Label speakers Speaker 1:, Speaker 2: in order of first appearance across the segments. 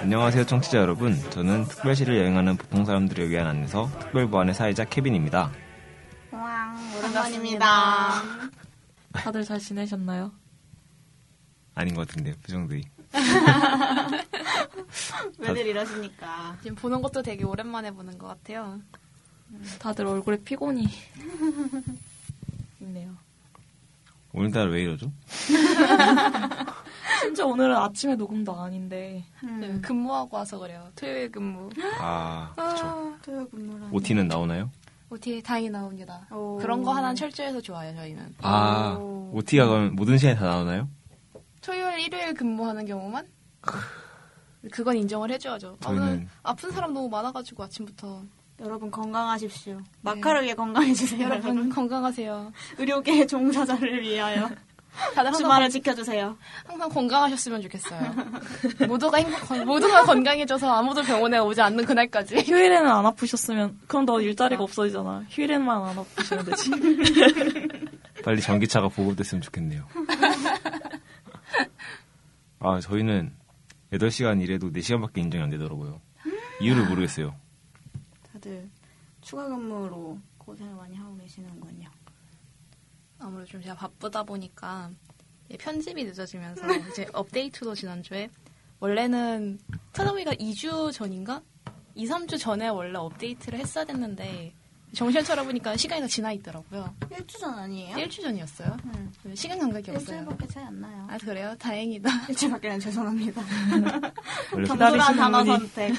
Speaker 1: 안녕하세요, 청취자 여러분. 저는 특별시를 여행하는 보통 사람들을 위한 안내서 특별보안의 사회자 케빈입니다.
Speaker 2: 왕,
Speaker 3: 반갑습니다.
Speaker 4: 다들 잘 지내셨나요?
Speaker 1: 아닌 것 같은데, 그 부정들이.
Speaker 2: 왜들 이러십니까?
Speaker 3: 지금 보는 것도 되게 오랜만에 보는 것 같아요.
Speaker 4: 다들 얼굴에 피곤이 있네요.
Speaker 1: 오늘따라 왜 이러죠?
Speaker 4: 심지어 오늘은 아침에 녹음도 아닌데
Speaker 3: 네, 근무하고 와서 그래요. 토요일 근무.
Speaker 1: 아, 그쵸.
Speaker 2: 토요 근무라.
Speaker 1: OT는 나오나요?
Speaker 3: OT 어, 다행히 나옵니다.
Speaker 2: 오.
Speaker 3: 그런 거 하나 철저해서 좋아요, 저희는.
Speaker 1: 아,
Speaker 2: 오.
Speaker 1: OT가 그럼 모든 시간에 다 나오나요?
Speaker 3: 토요일, 일요일 근무하는 경우만? 그건 인정을 해줘야죠. 아,
Speaker 1: 저희는-
Speaker 3: 오늘 아픈 사람 너무 많아가지고 아침부터.
Speaker 2: 여러분 건강하십시오. 마카를 위해 건강해주세요.
Speaker 3: 여러분
Speaker 2: 여러분
Speaker 3: 건강하세요.
Speaker 2: 의료계 종사자를 위하여
Speaker 3: 다들 항상,
Speaker 2: 주말을 지켜주세요.
Speaker 3: 항상 건강하셨으면 좋겠어요. 모두가 행복한, 모두가 건강해져서 아무도 병원에 오지 않는 그날까지.
Speaker 4: 휴일에는 안 아프셨으면 그럼 너 일자리가 없어지잖아. 휴일에만 안 아프시면 되지.
Speaker 1: 빨리 전기차가 보급됐으면 좋겠네요. 아, 저희는 8시간 일해도 4시간밖에 인정이 안 되더라고요. 이유를 모르겠어요.
Speaker 2: 다들 추가 근무로 고생을 많이 하고 계시는군요.
Speaker 3: 아무래도 좀 제가 바쁘다 보니까 이제 편집이 늦어지면서
Speaker 2: 음.
Speaker 3: 이제 업데이트도 지난주에 원래는 찾아보니까 2주 전인가? 2, 3주 전에 원래 업데이트를 했어야 됐는데 정신 차려보니까 시간이 다 지나 있더라고요.
Speaker 2: 일주 전 아니에요?
Speaker 3: 1주 전이었어요.
Speaker 2: 응.
Speaker 3: 시간 감각이 없어요.
Speaker 2: 일주일밖에 차이 안 나요.
Speaker 3: 아 그래요? 다행이다.
Speaker 2: 일주일밖에는 죄송합니다.
Speaker 1: 원래 그
Speaker 2: 정도한
Speaker 4: 기다리시는
Speaker 2: 단어
Speaker 4: 분이.
Speaker 2: 선택.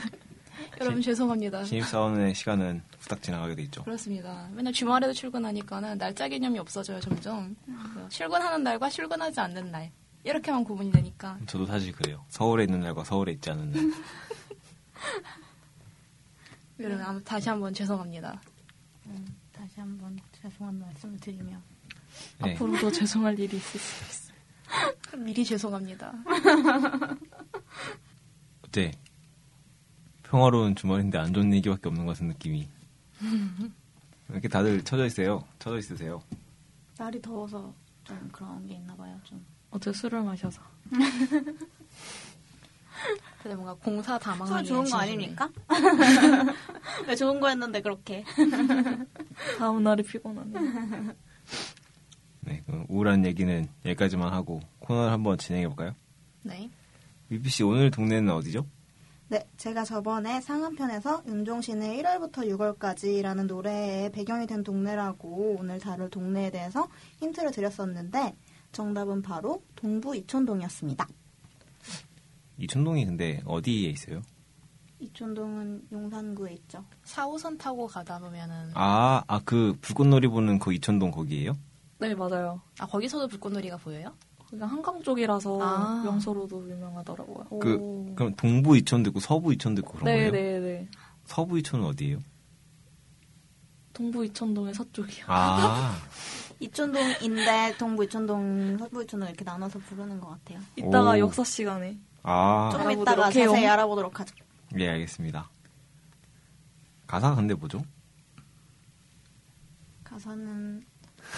Speaker 3: 여러분 죄송합니다.
Speaker 1: 신입사원의 시간은 후딱 지나가게 돼 있죠.
Speaker 3: 그렇습니다. 맨날 주말에도 출근하니까는 날짜 개념이 없어져요 점점. 그래서 출근하는 날과 출근하지 않는 날 이렇게만 구분이 되니까
Speaker 2: 음.
Speaker 1: 저도 사실 그래요. 서울에 있는 날과 서울에 있지 않은 날.
Speaker 3: 여러분 아무- 다시 한번 죄송합니다.
Speaker 2: 음, 다시 한번 죄송한 말씀을 드리며
Speaker 1: 네.
Speaker 4: 앞으로도 죄송할 일이 있을 수 있어요.
Speaker 3: 미리 죄송합니다.
Speaker 1: 어때? 평화로운 주말인데 안 좋은 얘기밖에 없는 것 같은 느낌이. 왜 이렇게 다들 쳐져 있어요. 쳐져 있으세요.
Speaker 2: 날이 더워서 좀 그런 게 있나 봐요. 좀
Speaker 4: 어제 술을 마셔서.
Speaker 3: 근데 뭔가 공사
Speaker 2: 술
Speaker 3: 다망하게
Speaker 2: 아, 좋은 거
Speaker 3: 진심이.
Speaker 2: 아닙니까? 왜 좋은 거였는데 그렇게?
Speaker 4: 다음 날이 피곤하네.
Speaker 1: 네, 그럼 우울한 얘기는 여기까지만 하고 코너를 한번 진행해 볼까요?
Speaker 3: 네.
Speaker 1: 유피 씨 오늘 동네는 어디죠?
Speaker 5: 네, 제가 저번에 상한편에서 윤종신의 1월부터 6월까지라는 노래의 배경이 된 동네라고 오늘 다룰 동네에 대해서 힌트를 드렸었는데 정답은 바로 동부 이촌동이었습니다.
Speaker 1: 이촌동이 근데 어디에 있어요?
Speaker 5: 이촌동은 용산구에 있죠.
Speaker 3: 4호선 타고 가다 보면은 아,
Speaker 1: 아, 아 그 불꽃놀이 보는 그 이촌동 거기예요?
Speaker 4: 네, 맞아요.
Speaker 3: 거기서도 불꽃놀이가 보여요?
Speaker 4: 그냥 한강 쪽이라서
Speaker 3: 아.
Speaker 4: 명소로도 유명하더라고요.
Speaker 1: 그 그럼 동부 이촌도 있고 서부 이촌도 있고 그런
Speaker 4: 네,
Speaker 1: 거예요?
Speaker 4: 네, 네.
Speaker 1: 서부 이촌은 어디예요?
Speaker 4: 동부 이천동의 서쪽이요.
Speaker 1: 아,
Speaker 5: 이촌동인데 동부 이촌동, 서부 이촌동 이렇게 나눠서 부르는 것 같아요.
Speaker 4: 이따가
Speaker 1: 오.
Speaker 4: 역사 시간에
Speaker 1: 아,
Speaker 5: 조금
Speaker 4: 알아보도록
Speaker 5: 이따가
Speaker 4: 해요.
Speaker 5: 자세히 알아보도록 하죠.
Speaker 1: 예, 알겠습니다. 가사가 근데 뭐죠?
Speaker 5: 가사는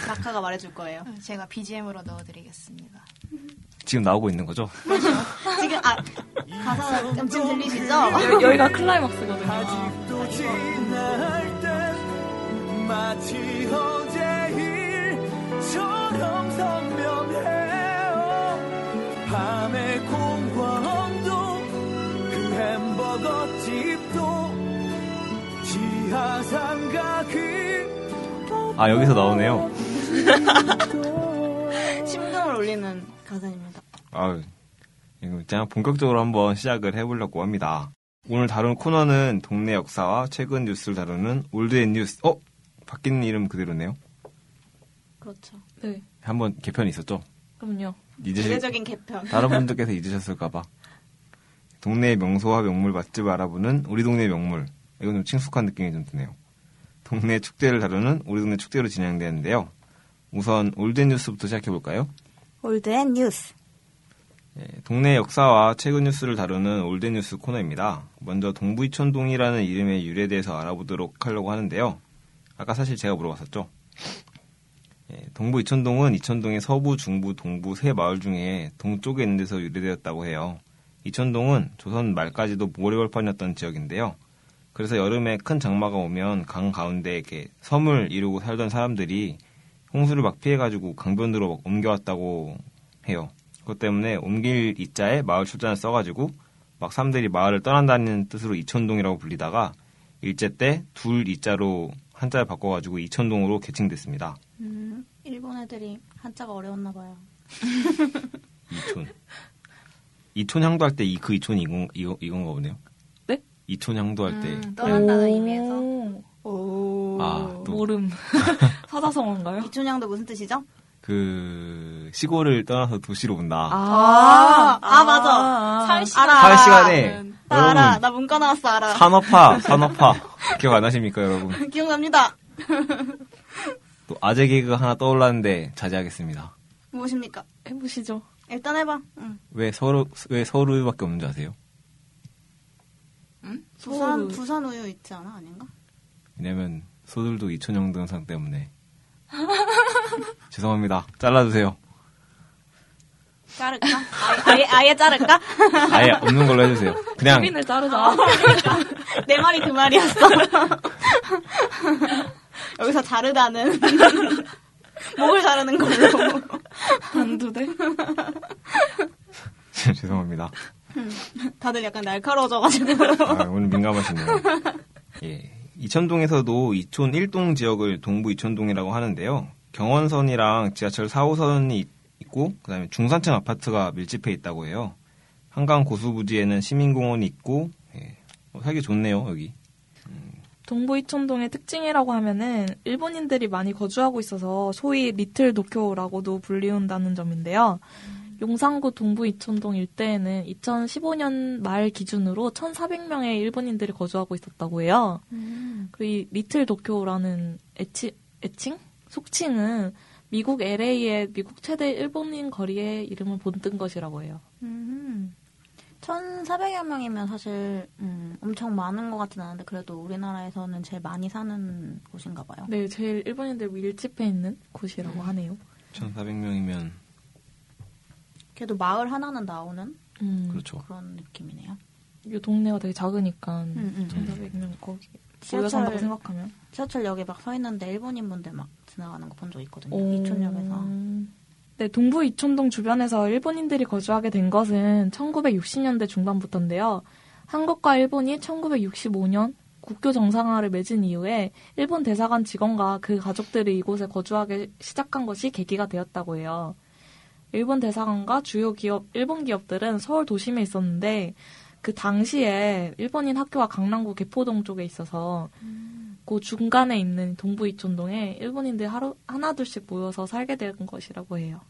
Speaker 2: 낙하가 말해줄 거예요.
Speaker 3: 제가 BGM으로 넣어드리겠습니다.
Speaker 1: 지금 나오고 있는 거죠?
Speaker 5: 지금 아 가사가 지금 들리시죠?
Speaker 1: 아.
Speaker 4: 여- 여기가 클라이막스거든요.
Speaker 6: 아직도 지날 때 마치 어제 일처럼 선명해요 밤의 공원도 그 햄버거 집도 지하상가 그
Speaker 1: 아, 여기서 나오네요.
Speaker 5: 심금을 울리는 가사입니다.
Speaker 1: 아유, 이거 제가 본격적으로 한번 시작을 해보려고 합니다. 오늘 다룬 코너는 동네 역사와 최근 뉴스를 다루는 올드앤뉴스. 어? 바뀐 이름 그대로네요.
Speaker 5: 그렇죠.
Speaker 4: 네,
Speaker 1: 한번 개편이 있었죠?
Speaker 4: 그럼요.
Speaker 1: 잊으실,
Speaker 2: 대대적인 개편.
Speaker 1: 다른 분들께서 잊으셨을까봐. 동네의 명소와 명물 맛집을 알아보는 우리 동네 명물. 이건 좀 친숙한 느낌이 좀 드네요. 동네 축제를 다루는 우리 동네 축제로 진행되는데요. 우선 올드앤뉴스부터 시작해볼까요?
Speaker 5: 올드앤 뉴스.
Speaker 1: 예, 동네 역사와 최근 뉴스를 다루는 올드뉴스 코너입니다. 먼저 동부이촌동이라는 이름의 유래에 대해서 알아보도록 하려고 하는데요. 아까 사실 제가 물어봤었죠. 예, 동부이촌동은 이촌동의 서부, 중부, 동부 세 마을 중에 동쪽에 있는 데서 유래되었다고 해요. 이천동은 조선 말까지도 모래골판이었던 지역인데요. 그래서 여름에 큰 장마가 오면 강 가운데 이렇게 섬을 이루고 살던 사람들이 홍수를 막 피해가지고 강변으로 막 옮겨왔다고 해요. 그것 때문에 옮길 이자에 마을 출자를 써가지고 막 사람들이 마을을 떠난다는 뜻으로 이천동이라고 불리다가 일제 때 둘 이자로 한자를 바꿔가지고 이천동으로 개칭됐습니다.
Speaker 2: 음, 일본 애들이 한자가 어려웠나 봐요.
Speaker 1: 이촌. 이촌향도 할 때 이 그 이촌이 이건, 이거, 이건가 보네요.
Speaker 4: 네?
Speaker 1: 이촌향도 할 때.
Speaker 3: 음, 떠난다는 의미에서
Speaker 4: 오. 오.
Speaker 1: 아, 또.
Speaker 4: 모름. 사자성어인가요?
Speaker 2: 이춘향도 무슨 뜻이죠?
Speaker 1: 그 시골을 떠나서 도시로 온다.
Speaker 2: 아, 아, 맞아.
Speaker 4: 아,
Speaker 3: 사회 시간
Speaker 2: 알아.
Speaker 1: 사회 시간에
Speaker 3: 음.
Speaker 2: 나 알아.
Speaker 1: 여러분
Speaker 2: 나 문과 나왔어, 알아.
Speaker 1: 산업화 산업화 기억 안 나십니까 여러분?
Speaker 2: 기억납니다.
Speaker 1: 또 아재 개그 하나 떠올랐는데 자제하겠습니다.
Speaker 2: 무엇입니까?
Speaker 4: 해보시죠.
Speaker 2: 일단 해봐. 응.
Speaker 1: 왜 서울 왜 서울밖에 없는 줄 아세요?
Speaker 2: 부산,
Speaker 4: 소울.
Speaker 2: 부산 우유 있지 않아? 아닌가?
Speaker 1: 왜냐면 소들도 이촌형 동상 때문에. 죄송합니다. 잘라주세요.
Speaker 2: 자를까? 아예, 아예, 아예 자를까?
Speaker 1: 아예 없는 걸로 해주세요. 그냥
Speaker 4: 수빈을 자르자.
Speaker 1: 아.
Speaker 2: 내 말이 그 말이었어. 여기서 자르다는. 목을 자르는 걸로.
Speaker 4: 단두대?
Speaker 1: 죄송합니다.
Speaker 2: 다들 약간 날카로워져가지고.
Speaker 1: 아, 오늘 민감하시네요. 예. 이천동에서도 이촌 1동 지역을 동부 이천동이라고 하는데요. 경원선이랑 지하철 4호선이 있고 그다음에 중산층 아파트가 밀집해 있다고 해요. 한강 고수부지에는 시민공원이 있고 예. 어, 살기 좋네요 여기.
Speaker 4: 동부이촌동의 특징이라고 하면은 일본인들이 많이 거주하고 있어서 소위 리틀 도쿄라고도 불리운다는 점인데요. 용산구 동부이촌동 일대에는 2015년 말 기준으로 1,400명의 일본인들이 거주하고 있었다고 해요. 그리고 이 리틀 도쿄라는 애치, 애칭? 속칭은 미국 LA의 미국 최대 일본인 거리의 이름을 본뜬 것이라고 해요.
Speaker 2: 1,400여 명이면 사실 음, 엄청 많은 것 같진 않은데 그래도 우리나라에서는 제일 많이 사는 곳인가 봐요.
Speaker 4: 네, 제일 일본인들 밀집해 있는 곳이라고 하네요.
Speaker 1: 1,400명이면
Speaker 2: 그래도 마을 하나는 나오는
Speaker 4: 음,
Speaker 1: 그렇죠.
Speaker 2: 그런 느낌이네요.
Speaker 4: 이 동네가 되게 작으니까
Speaker 2: 음, 음.
Speaker 4: 1,400명 거기
Speaker 2: 지하철-
Speaker 4: 모여 산다고 생각하면
Speaker 2: 지하철역에 막 서 있는데 일본인 분들 막 지나가는 거 본 적 있거든요.
Speaker 4: 오.
Speaker 2: 이촌역에서. 음.
Speaker 4: 네, 동부 이촌동 주변에서 일본인들이 거주하게 된 것은 1960년대 중반부터인데요. 한국과 일본이 1965년 국교 정상화를 맺은 이후에 일본 대사관 직원과 그 가족들이 이곳에 거주하게 시작한 것이 계기가 되었다고 해요. 일본 대사관과 주요 기업, 일본 기업들은 서울 도심에 있었는데 그 당시에 일본인 학교가 강남구 개포동 쪽에 있어서 그 중간에 있는 동부 이촌동에 일본인들 하루 하나둘씩 모여서 살게 된 것이라고 해요.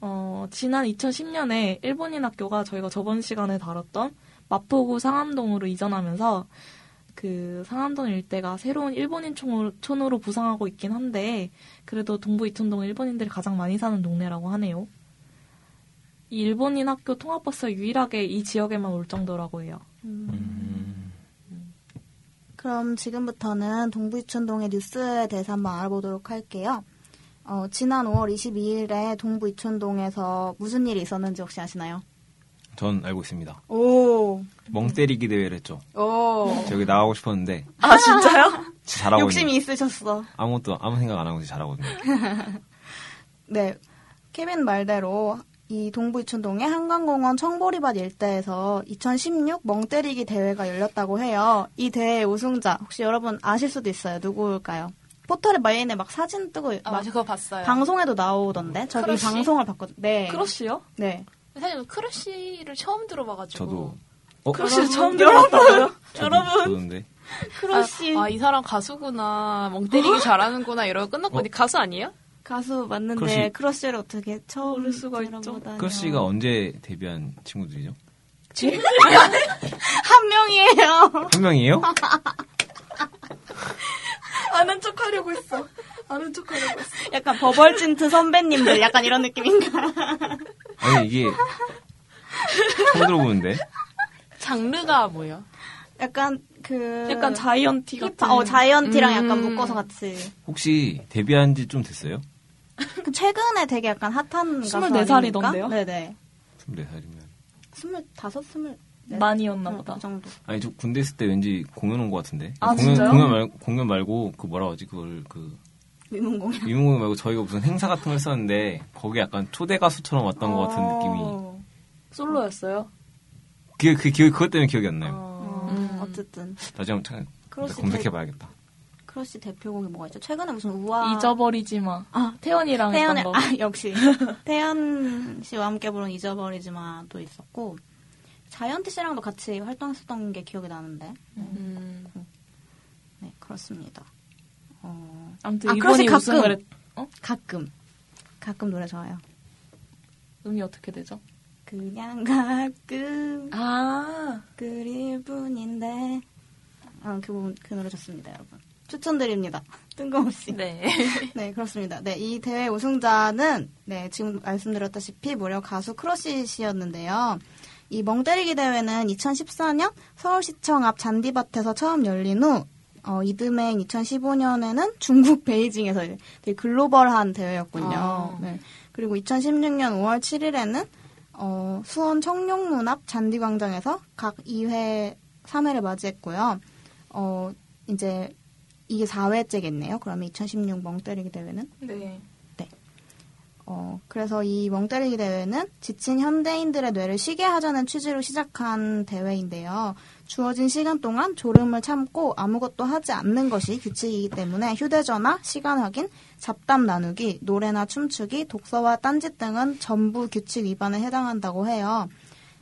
Speaker 4: 어, 지난 2010년에 일본인 학교가 저희가 저번 시간에 다뤘던 마포구 상암동으로 이전하면서 그 상암동 일대가 새로운 일본인 촌으로, 촌으로 부상하고 있긴 한데 그래도 동부 이촌동은 일본인들이 가장 많이 사는 동네라고 하네요. 이 일본인 학교 통합버스 가 유일하게 이 지역에만 올 정도라고 해요.
Speaker 1: 음,
Speaker 2: 그럼 지금부터는 동부이촌동의 뉴스에 대해서 한번 알아보도록 할게요. 어, 지난 5월 22일에 동부이촌동에서 무슨 일이 있었는지 혹시 아시나요?
Speaker 1: 전 알고 있습니다.
Speaker 2: 오,
Speaker 1: 멍 때리기 대회를 했죠.
Speaker 2: 오.
Speaker 1: 저기 나가고 싶었는데
Speaker 2: 아, 진짜요?
Speaker 1: 잘하고
Speaker 2: 욕심이
Speaker 1: 있는
Speaker 2: 있으셨어.
Speaker 1: 아무것도 아무 생각 안 하고 이제 잘하거든요.
Speaker 2: 네. 케빈 말대로 이 동부이촌동의 한강공원 청보리밭 일대에서 2016 멍때리기 대회가 열렸다고 해요. 이 대회 우승자 혹시 여러분 아실 수도 있어요. 누구일까요? 포털에 마인에 막 사진 뜨고
Speaker 3: 아,
Speaker 2: 막
Speaker 3: 맞아 그거 봤어요.
Speaker 2: 방송에도 나오던데 저도 이
Speaker 3: 크러쉬?
Speaker 2: 방송을 봤거든요. 네.
Speaker 4: 크러쉬요?
Speaker 2: 네.
Speaker 3: 사실 크러쉬를 처음 들어봐가지고
Speaker 1: 저도 어?
Speaker 4: 크러쉬 처음 들어봤어요.
Speaker 1: 여러분 저도인데
Speaker 2: 크러쉬
Speaker 3: 아, 이 사람 가수구나. 멍 때리기 잘하는구나. 이러고
Speaker 1: 어?
Speaker 3: 끝났거든요. 가수 아니에요?
Speaker 2: 가수
Speaker 1: 크러쉬.
Speaker 2: 맞는데 크러쉬. 를 어떻게 처음
Speaker 4: 모를 수가 있죠.
Speaker 2: 들어보다니요.
Speaker 1: 크러쉬가 언제 데뷔한 친구들이죠?
Speaker 2: 한 명이에요.
Speaker 1: 한 명이에요?
Speaker 4: 아는 척 하려고 했어. 아는 척 하려고 했어.
Speaker 2: 약간 버벌진트 선배님들 약간 이런 느낌인가?
Speaker 1: 아니 이게 처음 들어보는데
Speaker 3: 장르가 뭐예요?
Speaker 2: 약간 그
Speaker 4: 약간 자이언티 같은.
Speaker 2: 힙합, 어 자이언티랑
Speaker 3: 음.
Speaker 2: 약간 묶어서 같이.
Speaker 1: 혹시 데뷔한 지 좀 됐어요?
Speaker 2: 그 최근에 되게 약간 핫한 가수
Speaker 4: 24
Speaker 2: 아닙니까?
Speaker 4: 살이던데요?
Speaker 2: 네네.
Speaker 1: 24살이면
Speaker 2: 스물다섯, 스물
Speaker 4: 네. 많이였나
Speaker 2: 어,
Speaker 4: 보다.
Speaker 2: 그 정도.
Speaker 1: 아니 저 군대 있을 때 왠지 공연 온 것 같은데.
Speaker 4: 아,
Speaker 1: 공연
Speaker 4: 진짜요?
Speaker 1: 공연 말고 공연 말고 그 뭐라 하지 그걸 그
Speaker 2: 위문공연.
Speaker 1: 위문공연 말고 저희가 무슨 행사 같은 걸 했었는데 거기 약간 초대 가수처럼 왔던 것 같은 느낌이.
Speaker 2: 어,
Speaker 4: 솔로였어요?
Speaker 1: 그게 그 기억 그것 때문에 기억이 안 나요.
Speaker 4: 어.
Speaker 2: 음, 어쨌든
Speaker 1: 나중에 한번 찾-
Speaker 2: 크로스
Speaker 1: 검색해봐야겠다.
Speaker 2: 크러쉬 대표곡이 뭐가 있죠? 최근에 무슨 우아
Speaker 4: 잊어버리지 마.
Speaker 2: 아,
Speaker 4: 태연이랑
Speaker 2: 태연의
Speaker 4: 했던 거.
Speaker 2: 아 역시 태연 씨와 함께 부른 잊어버리지 마도 있었고 자이언트 씨랑도 같이 활동했었던 게 기억이 나는데
Speaker 3: 음.
Speaker 2: 네 그렇습니다. 어,
Speaker 4: 아무튼
Speaker 2: 아,
Speaker 4: 이번이
Speaker 2: 그래서
Speaker 4: 우승을
Speaker 2: 가끔.
Speaker 4: 했...
Speaker 2: 가끔 가끔 노래 좋아요.
Speaker 4: 음이 어떻게 되죠?
Speaker 2: 그냥 가끔
Speaker 4: 아
Speaker 2: 그릴 뿐인데 아그 부분 그 노래 좋습니다 여러분 추천드립니다 뜬금없이
Speaker 3: 네.
Speaker 2: 네, 그렇습니다. 네, 이 대회 우승자는 네, 지금 말씀드렸다시피 무려 가수 크러쉬 씨였는데요. 이 멍때리기 대회는 2014년 서울시청 앞 잔디밭에서 처음 열린 후 어, 이듬해인 2015년에는 중국 베이징에서 이제 되게 글로벌한 대회였군요.
Speaker 3: 아.
Speaker 2: 네. 그리고 2016년 5월 7일에는 어, 수원 청룡문 앞 잔디광장에서 각 2회, 3회를 맞이했고요. 어, 이제 이게 4회째겠네요. 그러면 2016 멍때리기 대회는.
Speaker 4: 네.
Speaker 2: 어, 그래서 이 멍때리기 대회는 지친 현대인들의 뇌를 쉬게 하자는 취지로 시작한 대회인데요. 주어진 시간 동안 졸음을 참고 아무것도 하지 않는 것이 규칙이기 때문에 휴대전화, 시간 확인, 잡담 나누기, 노래나 춤추기, 독서와 딴짓 등은 전부 규칙 위반에 해당한다고 해요.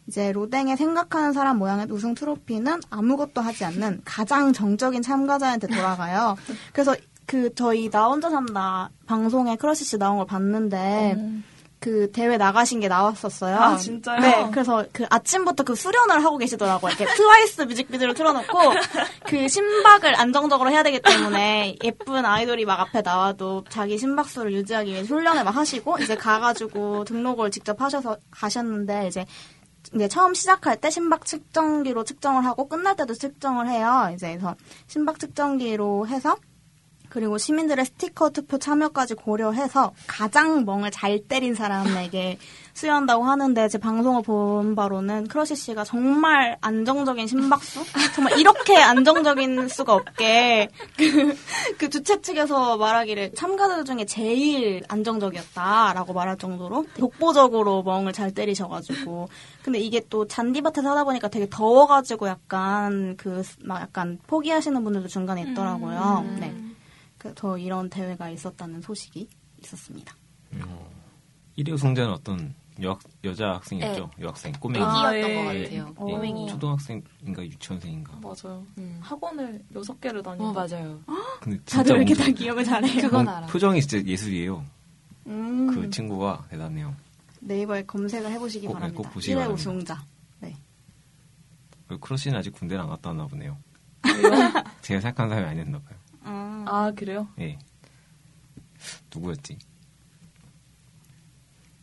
Speaker 2: 이제 로댕의 생각하는 사람 모양의 우승 트로피는 아무것도 하지 않는 가장 정적인 참가자한테 돌아가요. 그래서 그 저희 나 혼자 산다 방송에 크러쉬 씨 나온 걸 봤는데 그 대회 나가신 게 나왔었어요.
Speaker 4: 음. 아, 진짜요?
Speaker 2: 네, 그래서 그 아침부터 그 수련을 하고 계시더라고요. 이렇게 트와이스 뮤직비디오를 틀어놓고 그 심박을 안정적으로 해야 되기 때문에 예쁜 아이돌이 막 앞에 나와도 자기 심박수를 유지하기 위해 훈련을 막 하시고 이제 가가지고 등록을 직접 하셔서 가셨는데 이제 이제 처음 시작할 때 심박 측정기로 측정을 하고 끝날 때도 측정을 해요. 이제 그래서 심박 측정기로 해서 그리고 시민들의 스티커 투표 참여까지 고려해서 가장 멍을 잘 때린 사람에게 수여한다고 하는데 제 방송을 본 바로는 크러쉬 씨가 정말 안정적인 심박수 정말 이렇게 안정적인 수가 없게 그, 그 주최 측에서 말하기를 참가자들 중에 제일 안정적이었다라고 말할 정도로 독보적으로 멍을 잘 때리셔가지고 근데 이게 또 잔디밭에 서하다 보니까 되게 더워가지고 약간 그 막 약간 포기하시는 분들도 중간에 있더라고요. 네. 그더 이런 대회가 있었다는 소식이 있었습니다.
Speaker 1: 1위 우승자는 어떤 여, 여자 학생이었죠?
Speaker 2: 네.
Speaker 1: 여학생 꼬맹이.
Speaker 4: 아,
Speaker 3: 애기였던
Speaker 4: 예.
Speaker 3: 것
Speaker 1: 예,
Speaker 3: 같아요.
Speaker 1: 예,
Speaker 3: 꼬맹이.
Speaker 1: 초등학생인가 유치원생인가.
Speaker 2: 뭐,
Speaker 4: 맞아요.
Speaker 3: 음.
Speaker 4: 학원을 여섯 개를 다니고
Speaker 3: 어, 맞아요.
Speaker 1: 근데
Speaker 2: 다들 왜 이렇게 다
Speaker 1: 엄청-
Speaker 2: 기억을 잘해요?
Speaker 3: 그건
Speaker 1: 어,
Speaker 3: 알아.
Speaker 1: 표정이 진짜 예술이에요. 그
Speaker 2: 음.
Speaker 1: 친구가 대단해요.
Speaker 2: 네이버에 검색을 해보시기
Speaker 1: 꼭,
Speaker 2: 바랍니다.
Speaker 1: 어, 꼭 보시기
Speaker 2: 1회
Speaker 1: 바랍니다.
Speaker 2: 우승자. 네.
Speaker 1: 그 크러쉬는 아직 군대를 안 갔다 왔나 보네요. 제가 생각한 사람이 아니었나 봐요.
Speaker 4: 아 그래요?
Speaker 1: 예. 누구였지?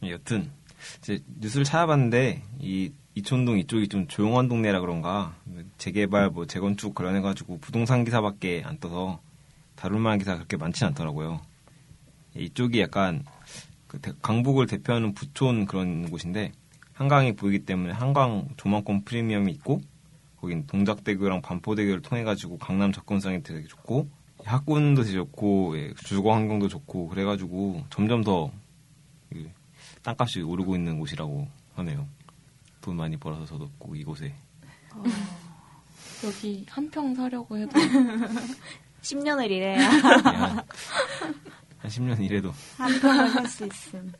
Speaker 1: 예, 여튼 이제 뉴스를 찾아봤는데 이 이촌동 이쪽이 좀 조용한 동네라 그런가 재개발 뭐 재건축 관련해 가지고 부동산 기사밖에 안 떠서 다룰 만한 기사가 그렇게 많진 않더라고요. 예, 이쪽이 약간 그 대- 강북을 대표하는 부촌 그런 곳인데 한강이 보이기 때문에 한강 조망권 프리미엄이 있고 거긴 동작대교랑 반포대교를 통해 가지고 강남 접근성이 되게 좋고 학군도 되게 좋고 예, 주거 환경도 좋고 그래가지고 점점 더 예, 땅값이 오르고 있는 곳이라고 하네요. 돈 많이 벌어서 저도 꼭 이곳에 예,
Speaker 4: 여기 한 평 사려고 해도
Speaker 2: 10년을 일해야
Speaker 1: 예, 한, 한 10년 이래도
Speaker 2: 한 평을 살 수 있음.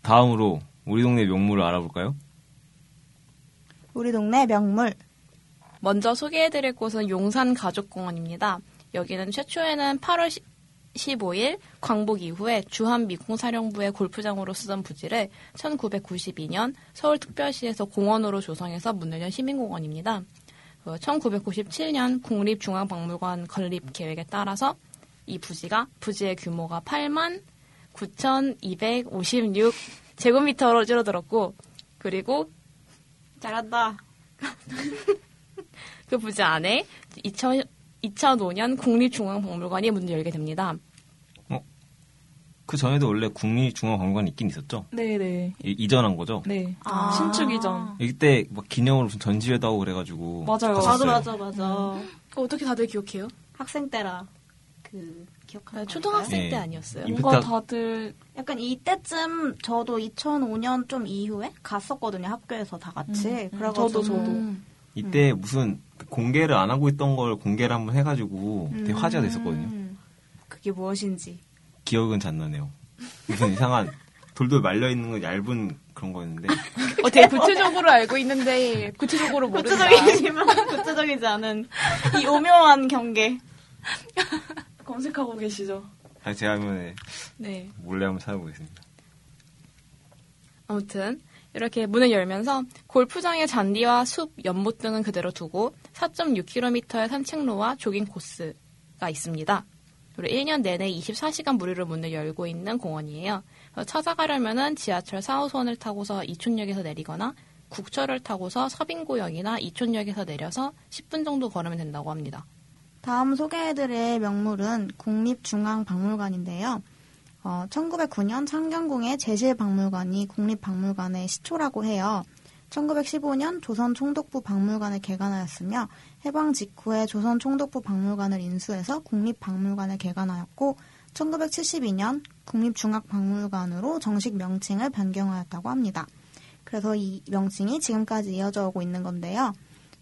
Speaker 1: 다음으로 우리 동네 명물을 알아볼까요?
Speaker 2: 우리 동네 명물.
Speaker 3: 먼저 소개해드릴 곳은 용산 가족공원입니다. 여기는 최초에는 8월 15일 광복 이후에 주한미군사령부의 골프장으로 쓰던 부지를 1992년 서울특별시에서 공원으로 조성해서 문을 연 시민공원입니다. 1997년 국립중앙박물관 건립 계획에 따라서 이 부지가 부지의 규모가 8만 9,256 제곱미터로 줄어들었고 그리고
Speaker 2: 잘한다.
Speaker 3: 그 부지 안에 2000, 2005년 국립중앙박물관이 문을 열게 됩니다.
Speaker 1: 그 전에도 원래 국립 중앙관광이 있긴 있었죠.
Speaker 4: 네네.
Speaker 1: 이- 이전한 거죠.
Speaker 4: 네.
Speaker 7: 아.
Speaker 4: 신축 이전.
Speaker 1: 이때 막 기념으로 무슨 전시회도 하고 그래가지고
Speaker 4: 맞아요.
Speaker 1: 갔었어요.
Speaker 7: 맞아 맞아 맞아.
Speaker 2: 음.
Speaker 3: 그거 어떻게 다들 기억해요?
Speaker 7: 학생 때라 그 기억하는
Speaker 3: 아,
Speaker 7: 거
Speaker 3: 초등학생
Speaker 1: 예.
Speaker 3: 때 아니었어요?
Speaker 1: 이-
Speaker 4: 뭔가
Speaker 1: 임팩트-
Speaker 4: 다들
Speaker 7: 아닐까요? 약간 이때쯤 저도 2005년 좀 이후에 갔었거든요 학교에서 다 같이.
Speaker 4: 음, 음.
Speaker 7: 그래가지고
Speaker 4: 저도, 저도.
Speaker 7: 음.
Speaker 1: 이때 무슨 그 공개를 안 하고 있던 걸 공개를 한번 해가지고 되게 화제가 됐었거든요.
Speaker 7: 음. 그게 무엇인지.
Speaker 1: 기억은 잔나네요. 무슨 이상한 돌돌 말려 있는 건 얇은 그런 거였는데
Speaker 3: 어, 되게 구체적으로 알고 있는데 구체적으로 모른다.
Speaker 7: 구체적이지만 구체적이지 않은 이 오묘한 경계.
Speaker 4: 검색하고 계시죠?
Speaker 1: 아니, 제가 화면에
Speaker 3: 네.
Speaker 1: 몰래 한번 찾아보겠습니다.
Speaker 3: 아무튼 이렇게 문을 열면서 골프장의 잔디와 숲, 연못 등은 그대로 두고 4.6km의 산책로와 조깅 코스가 있습니다. 그리고 1년 내내 24시간 무료로 문을 열고 있는 공원이에요. 그래서 찾아가려면은 지하철 4호선을 타고서 이촌역에서 내리거나 국철을 타고서 서빙고역이나 이촌역에서 내려서 10분 정도 걸으면 된다고 합니다.
Speaker 2: 다음 소개해드릴 명물은 국립중앙박물관인데요. 1909년 창경궁의 제실박물관이 국립박물관의 시초라고 해요. 1915년 조선총독부 박물관을 개관하였으며 해방 직후에 조선총독부 박물관을 인수해서 국립박물관을 개관하였고 1972년 국립중앙박물관으로 정식 명칭을 변경하였다고 합니다. 그래서 이 명칭이 지금까지 이어져 오고 있는 건데요.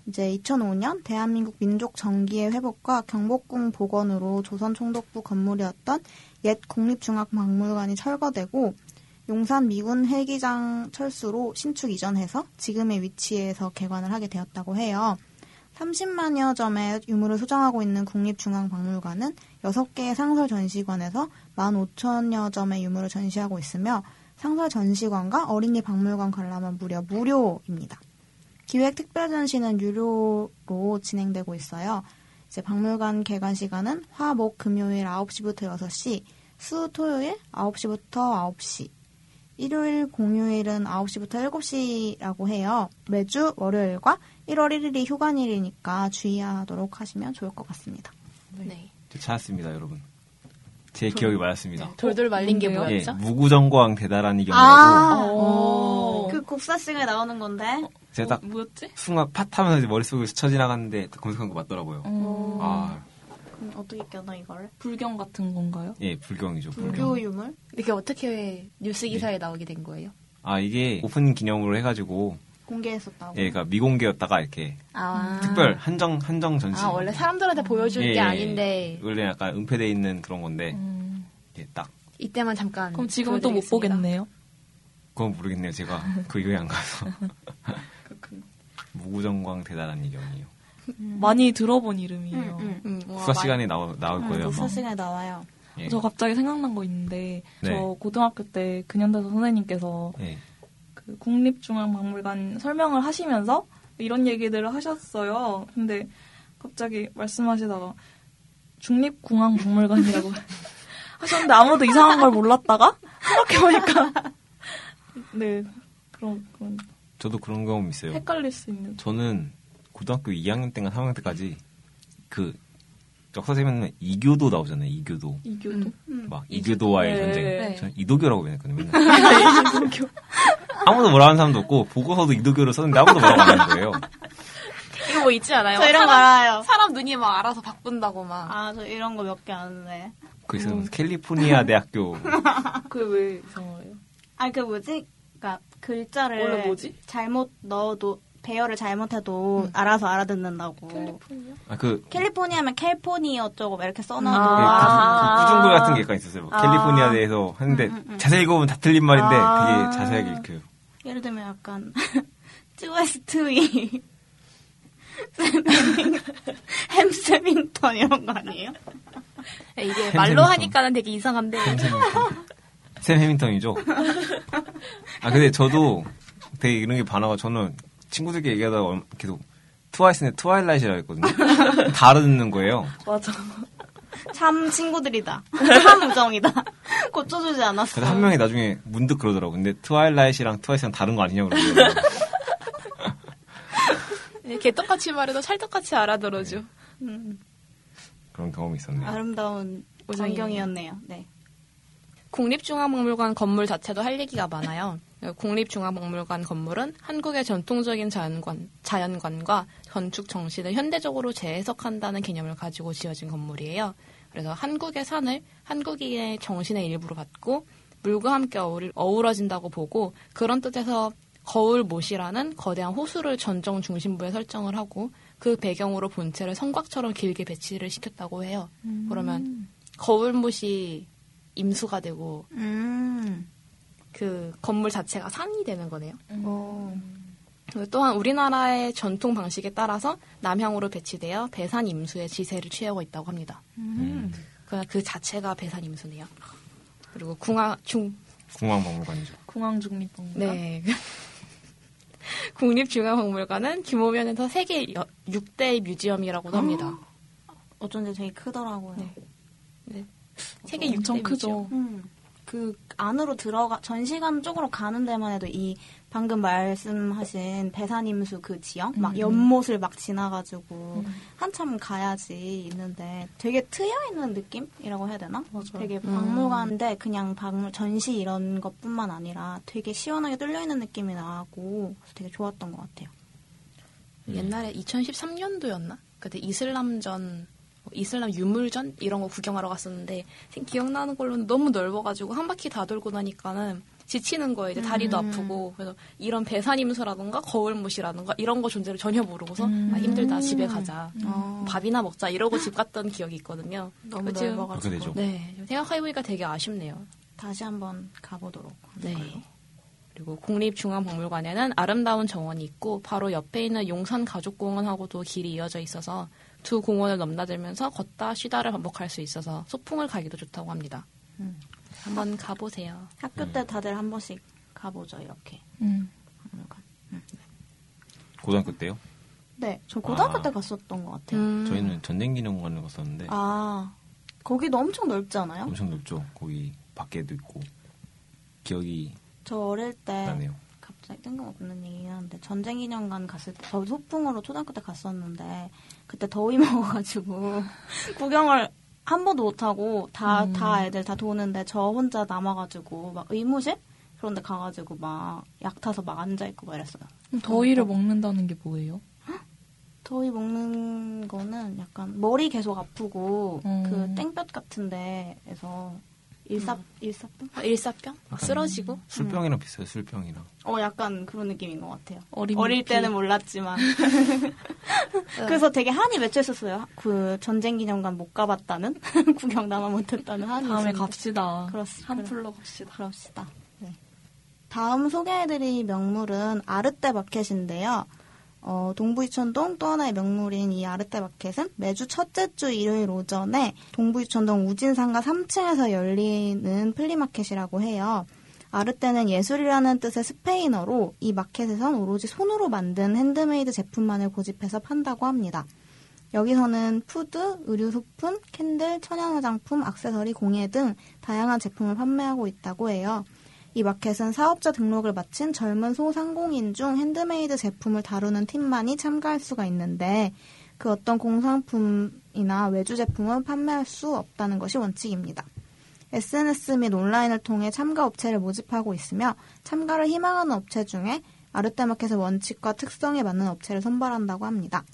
Speaker 2: 이제 2005년 대한민국 민족 정기의 회복과 경복궁 복원으로 조선 총독부 건물이었던 옛 국립중앙박물관이 철거되고 용산 미군 헬기장 철수로 신축 이전해서 지금의 위치에서 개관을 하게 되었다고 해요. 30만여 점의 유물을 소장하고 있는 국립중앙박물관은 6개의 상설 전시관에서 15,000여 점의 유물을 전시하고 있으며 상설 전시관과 어린이 박물관 관람은 무려 무료입니다. 기획 특별 전시는 유료로 진행되고 있어요. 이제 박물관 개관 시간은 화, 목, 금요일 9시부터 6시, 수, 토요일 9시부터 9시, 일요일, 공휴일은 9시부터 7시라고 해요. 매주 월요일과 1월 1일이 휴관일이니까 주의하도록 하시면 좋을 것 같습니다.
Speaker 3: 네.
Speaker 1: 저 찾았습니다, 여러분. 제 기억이 맞았습니다.
Speaker 3: 돌돌 말린 게
Speaker 1: 예,
Speaker 3: 네. 뭐였죠? 아.
Speaker 1: 무구정거왕 대단한 이경이라고
Speaker 3: 오.
Speaker 7: 그 곱사싱에 나오는 건데.
Speaker 1: 제가 딱
Speaker 4: 뭐였지?
Speaker 1: 순간 팟하면서 이제 머릿속에 스쳐 지나갔는데 딱 검색한 거 맞더라고요.
Speaker 3: 음.
Speaker 4: 어,
Speaker 1: 아,
Speaker 7: 그럼 어떻게 껴나 이걸?
Speaker 4: 불경 같은 건가요?
Speaker 1: 예, 불경이죠. 불경.
Speaker 2: 불교 유물?
Speaker 3: 이게 어떻게 뉴스 기사에 나오게 된 거예요?
Speaker 1: 아 이게 오픈 기념으로 해가지고
Speaker 2: 공개했었다고.
Speaker 1: 예, 그러니까 미공개였다가 이렇게
Speaker 3: 아.
Speaker 1: 특별 한정 한정 전시.
Speaker 3: 아 원래 사람들한테 보여줄
Speaker 1: 예,
Speaker 3: 게 아닌데
Speaker 1: 원래 약간 은폐돼 있는 그런 건데
Speaker 4: 음,
Speaker 1: 예, 딱
Speaker 3: 이때만 잠깐.
Speaker 4: 그럼 지금은 또 못
Speaker 3: 보여드리겠습니다.
Speaker 4: 보겠네요.
Speaker 1: 그건 모르겠네요. 제가 그 이후에 안 가서 무구정광 대단한 이경이요.
Speaker 4: 많이 들어본 이름이에요.
Speaker 3: 음, 와,
Speaker 1: 수화
Speaker 3: 많이-
Speaker 1: 시간에 나오, 나올 거예요. 아마.
Speaker 2: 시간에 음, 나와요.
Speaker 1: 예.
Speaker 4: 저 갑자기 생각난 거 있는데
Speaker 1: 네.
Speaker 4: 저 고등학교 때 근현대사 선생님께서
Speaker 1: 예.
Speaker 4: 그 국립중앙박물관 설명을 하시면서 이런 얘기들을 하셨어요. 근데 갑자기 말씀하시다가 중립공항박물관이라고 하셨는데 아무도 이상한 걸 몰랐다가 생각해보니까 네 그런 그런
Speaker 1: 저도 그런 경험 있어요.
Speaker 4: 헷갈릴 수 있는
Speaker 1: 저는 고등학교 2학년 때인가 3학년 때까지 그 역사 세면 이교도 나오잖아요. 이교도
Speaker 4: 이교도
Speaker 1: 막 이교도와의
Speaker 4: 네.
Speaker 1: 전쟁.
Speaker 3: 음. 네.
Speaker 1: 저는 이도교라고 변했거든요. 맨날. 아무도 뭐라 하는 사람도 없고 보고서도 이도교로 썼는데 아무도 뭐라고 안 하는 거예요.
Speaker 3: 이거 뭐 있지 않아요?
Speaker 7: 저 이런 거
Speaker 3: 사람,
Speaker 7: 알아요.
Speaker 3: 사람 눈이 막 알아서 바꾼다고 막.
Speaker 7: 아, 저 이런 거 몇 개 아는데.
Speaker 1: 그 있어요.
Speaker 7: 음.
Speaker 1: 캘리포니아 대학교
Speaker 4: 아, 그게 왜 이상해요?
Speaker 7: 아니, 그 뭐지? 그니까, 글자를.
Speaker 4: 원래 뭐지?
Speaker 7: 잘못 넣어도, 배열을 잘못해도 알아서 알아듣는다고.
Speaker 1: 아, 그
Speaker 7: 캘리포니아면 캘포니 어쩌고 막 이렇게 써놔도.
Speaker 1: 예, 그- 그 구중도 같은 게 약간 있었어요.
Speaker 7: 아. 음,
Speaker 1: 캘리포니아 대해서 하는데 자세히 읽어보면 다 틀린 말인데
Speaker 7: 아.
Speaker 1: 되게 자세하게 읽혀요.
Speaker 7: 예를 들면 약간, 쯔웨스트위. 햄스밍턴 이런 거 아니에요?
Speaker 3: 이게
Speaker 1: 햄스터.
Speaker 3: 말로 하니까는 되게 이상한데.
Speaker 1: 샘 해밍턴이죠. 아 근데 저도 되게 이런 게 반하고 저는 친구들끼리 얘기하다가 얼- 계속 트와이스는 트와일라이트라고 했거든요. 다 알아듣는 거예요.
Speaker 4: 맞아
Speaker 7: 참 친구들이다. 참 우정이다. 고쳐주지 않았어.
Speaker 1: 그래서 한 명이 나중에 문득 그러더라고. 근데 트와일라이트랑 트와이스랑 다른 거 아니냐고 그러더라고요.
Speaker 3: 이렇게 똑같이 말해도 찰떡같이 알아들어줘.
Speaker 7: 음,
Speaker 1: 그런 경험이 있었네요.
Speaker 7: 아름다운
Speaker 3: 우정이네요.
Speaker 7: 전경이었네요. 네.
Speaker 3: 국립중앙박물관 건물 자체도 할 얘기가 많아요. 국립중앙박물관 건물은 한국의 전통적인 자연관, 자연관과 건축 정신을 현대적으로 재해석한다는 개념을 가지고 지어진 건물이에요. 그래서 한국의 산을 한국인의 정신의 일부로 받고 물과 함께 어울- 어우러진다고 보고 그런 뜻에서 거울 못이라는 거대한 호수를 전정 중심부에 설정을 하고 그 배경으로 본체를 성곽처럼 길게 배치를 시켰다고 해요.
Speaker 1: 음.
Speaker 3: 그러면 거울 못이 임수가 되고
Speaker 2: 음.
Speaker 3: 그 건물 자체가 산이 되는 거네요.
Speaker 4: 음.
Speaker 7: 어,
Speaker 3: 그리고 또한 우리나라의 전통 방식에 따라서 남향으로 배치되어 배산 임수의 지세를 취하고 있다고 합니다.
Speaker 1: 음.
Speaker 3: 그, 그 자체가 배산 임수네요. 그리고 궁화 중
Speaker 1: 공항박물관이죠.
Speaker 4: 공항 중립공항.
Speaker 3: 네. 국립중앙박물관은 규모면에서 세계 6대 뮤지엄이라고도 합니다.
Speaker 4: 아.
Speaker 2: 어쩐지 되게 크더라고요.
Speaker 3: 네. 세계
Speaker 4: 되게 엄청
Speaker 3: 6대 뮤지엄.
Speaker 4: 크죠.
Speaker 2: 음. 그 안으로 들어가 전시관 쪽으로 가는 데만 해도 이 방금 말씀하신 배산임수 그 지역
Speaker 4: 음.
Speaker 2: 막 연못을 막 지나가지고 한참 가야지 있는데 되게 트여 있는 느낌이라고 해야 되나?
Speaker 4: 맞아요. 음.
Speaker 2: 되게 박물관인데 그냥 박물 전시 이런 것뿐만 아니라 되게 시원하게 뚫려 있는 느낌이 나고 그래서 되게 좋았던 것 같아요. 음.
Speaker 3: 옛날에 2013년도였나? 그때 이슬람전, 뭐 이슬람 유물전 이런 거 구경하러 갔었는데 생- 기억나는 걸로는 너무 넓어가지고 한 바퀴 다 돌고 나니까는 지치는 거예요. 이제 다리도
Speaker 2: 음.
Speaker 3: 아프고 그래서 이런 배산임수라든가 거울못이라든가 이런 거 존재를 전혀 모르고서
Speaker 2: 음.
Speaker 3: 아, 힘들다 집에 가자 음, 밥이나 먹자 이러고 집 갔던 기억이 있거든요.
Speaker 2: 어. 너무
Speaker 3: 지금-
Speaker 2: 넓어가지고
Speaker 1: 그렇게 되죠.
Speaker 3: 네 생각해보니까 되게 아쉽네요.
Speaker 2: 다시 한번 가보도록.
Speaker 3: 네. 그리고 국립중앙박물관에는 아름다운 정원이 있고 바로 옆에 있는 용산가족공원하고도 길이 이어져 있어서 두 공원을 넘나들면서 걷다 쉬다를 반복할 수 있어서 소풍을 가기도 좋다고 합니다. 한번 가보세요.
Speaker 2: 학교 때 다들 한 번씩 가보죠 이렇게
Speaker 4: 음.
Speaker 2: 박물관.
Speaker 1: 고등학교 때요?
Speaker 2: 네, 저 고등학교
Speaker 1: 아.
Speaker 2: 때 갔었던 것
Speaker 3: 네. 음.
Speaker 2: 같아요.
Speaker 1: 저희는 전쟁기념관을 갔었는데
Speaker 2: 아, 거기도 엄청 넓잖아요.
Speaker 1: 엄청 넓죠. 거기 밖에도 있고 기억이
Speaker 2: 저 어릴 때
Speaker 1: 나네요.
Speaker 2: 갑자기 뜬금없는 얘기긴 한데 전쟁기념관 갔을 때 저 소풍으로 초등학교 때 갔었는데 그때 더위 먹어가지고 구경을 한 번도 못 하고 다 다 애들 다 도는데 저 혼자 남아가지고 막 의무실 그런데 가가지고 막 약 타서 막 앉아 있고 막 이랬어요.
Speaker 4: 더위를 먹는다는 게 뭐예요?
Speaker 2: 더위 먹는 거는 약간 머리 계속 아프고
Speaker 4: 음.
Speaker 2: 그 땡볕 같은 데에서 일사 일사병?
Speaker 3: 아, 일사병? 아, 쓰러지고?
Speaker 1: 술병이랑 비슷해요. 술병이랑.
Speaker 2: 어 약간 그런 느낌인 것 같아요.
Speaker 4: 어린
Speaker 2: 어릴
Speaker 4: 피.
Speaker 2: 때는 몰랐지만 그래서 되게 한이 맺혔었어요. 그 전쟁 기념관 못 가봤다는 구경 나만 못했다는 한이.
Speaker 4: 다음에
Speaker 2: 있었는데.
Speaker 4: 갑시다.
Speaker 2: 그렇습니다.
Speaker 4: 한 풀로 갑시다.
Speaker 2: 그럽시다. 네. 다음 소개해드릴 명물은 아르떼 마켓인데요. 어, 동부이천동 또 하나의 명물인 이 아르떼 마켓은 매주 첫째 주 일요일 오전에 동부이천동 우진상가 3층에서 열리는 플리마켓이라고 해요. 아르떼는 예술이라는 뜻의 스페인어로 이 마켓에선 오로지 손으로 만든 핸드메이드 제품만을 고집해서 판다고 합니다. 여기서는 푸드, 의류 소품, 캔들, 천연 화장품, 액세서리, 공예 등 다양한 제품을 판매하고 있다고 해요. 이 마켓은 사업자 등록을 마친 젊은 소상공인 중 핸드메이드 제품을 다루는 팀만이 참가할 수가 있는데 그 어떤 공산품이나 외주 제품은 판매할 수 없다는 것이 원칙입니다. SNS 및 온라인을 통해 참가 업체를 모집하고 있으며 참가를 희망하는 업체 중에 아르떼마켓의 원칙과 특성에 맞는 업체를 선발한다고 합니다.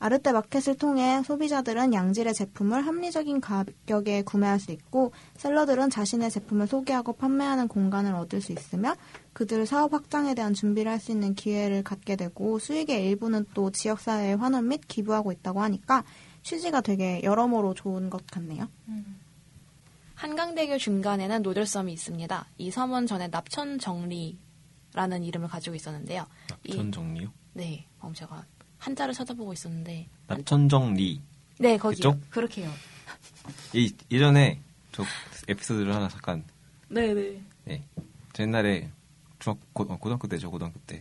Speaker 2: 아르떼 마켓을 통해 소비자들은 양질의 제품을 합리적인 가격에 구매할 수 있고 셀러들은 자신의 제품을 소개하고 판매하는 공간을 얻을 수 있으며 그들 사업 확장에 대한 준비를 할 수 있는 기회를 갖게 되고 수익의 일부는 또 지역사회에 환원 및 기부하고 있다고 하니까 취지가 되게 여러모로 좋은 것 같네요.
Speaker 4: 음.
Speaker 3: 한강대교 중간에는 노들섬이 있습니다. 이 섬은 전에 납천정리라는 이름을 가지고 있었는데요. 이-
Speaker 1: 납천정리요?
Speaker 3: 네, 어, 제가 한자를 찾아보고 있었는데
Speaker 1: 납천정리.
Speaker 3: 네, 거기요.
Speaker 1: 그쪽?
Speaker 3: 그렇게요.
Speaker 1: 예, 예전에 저 에피소드를 하나 잠깐
Speaker 4: 네네.
Speaker 1: 예. 저 옛날에 중학 고, 어, 고등학교 때죠 고등학교 때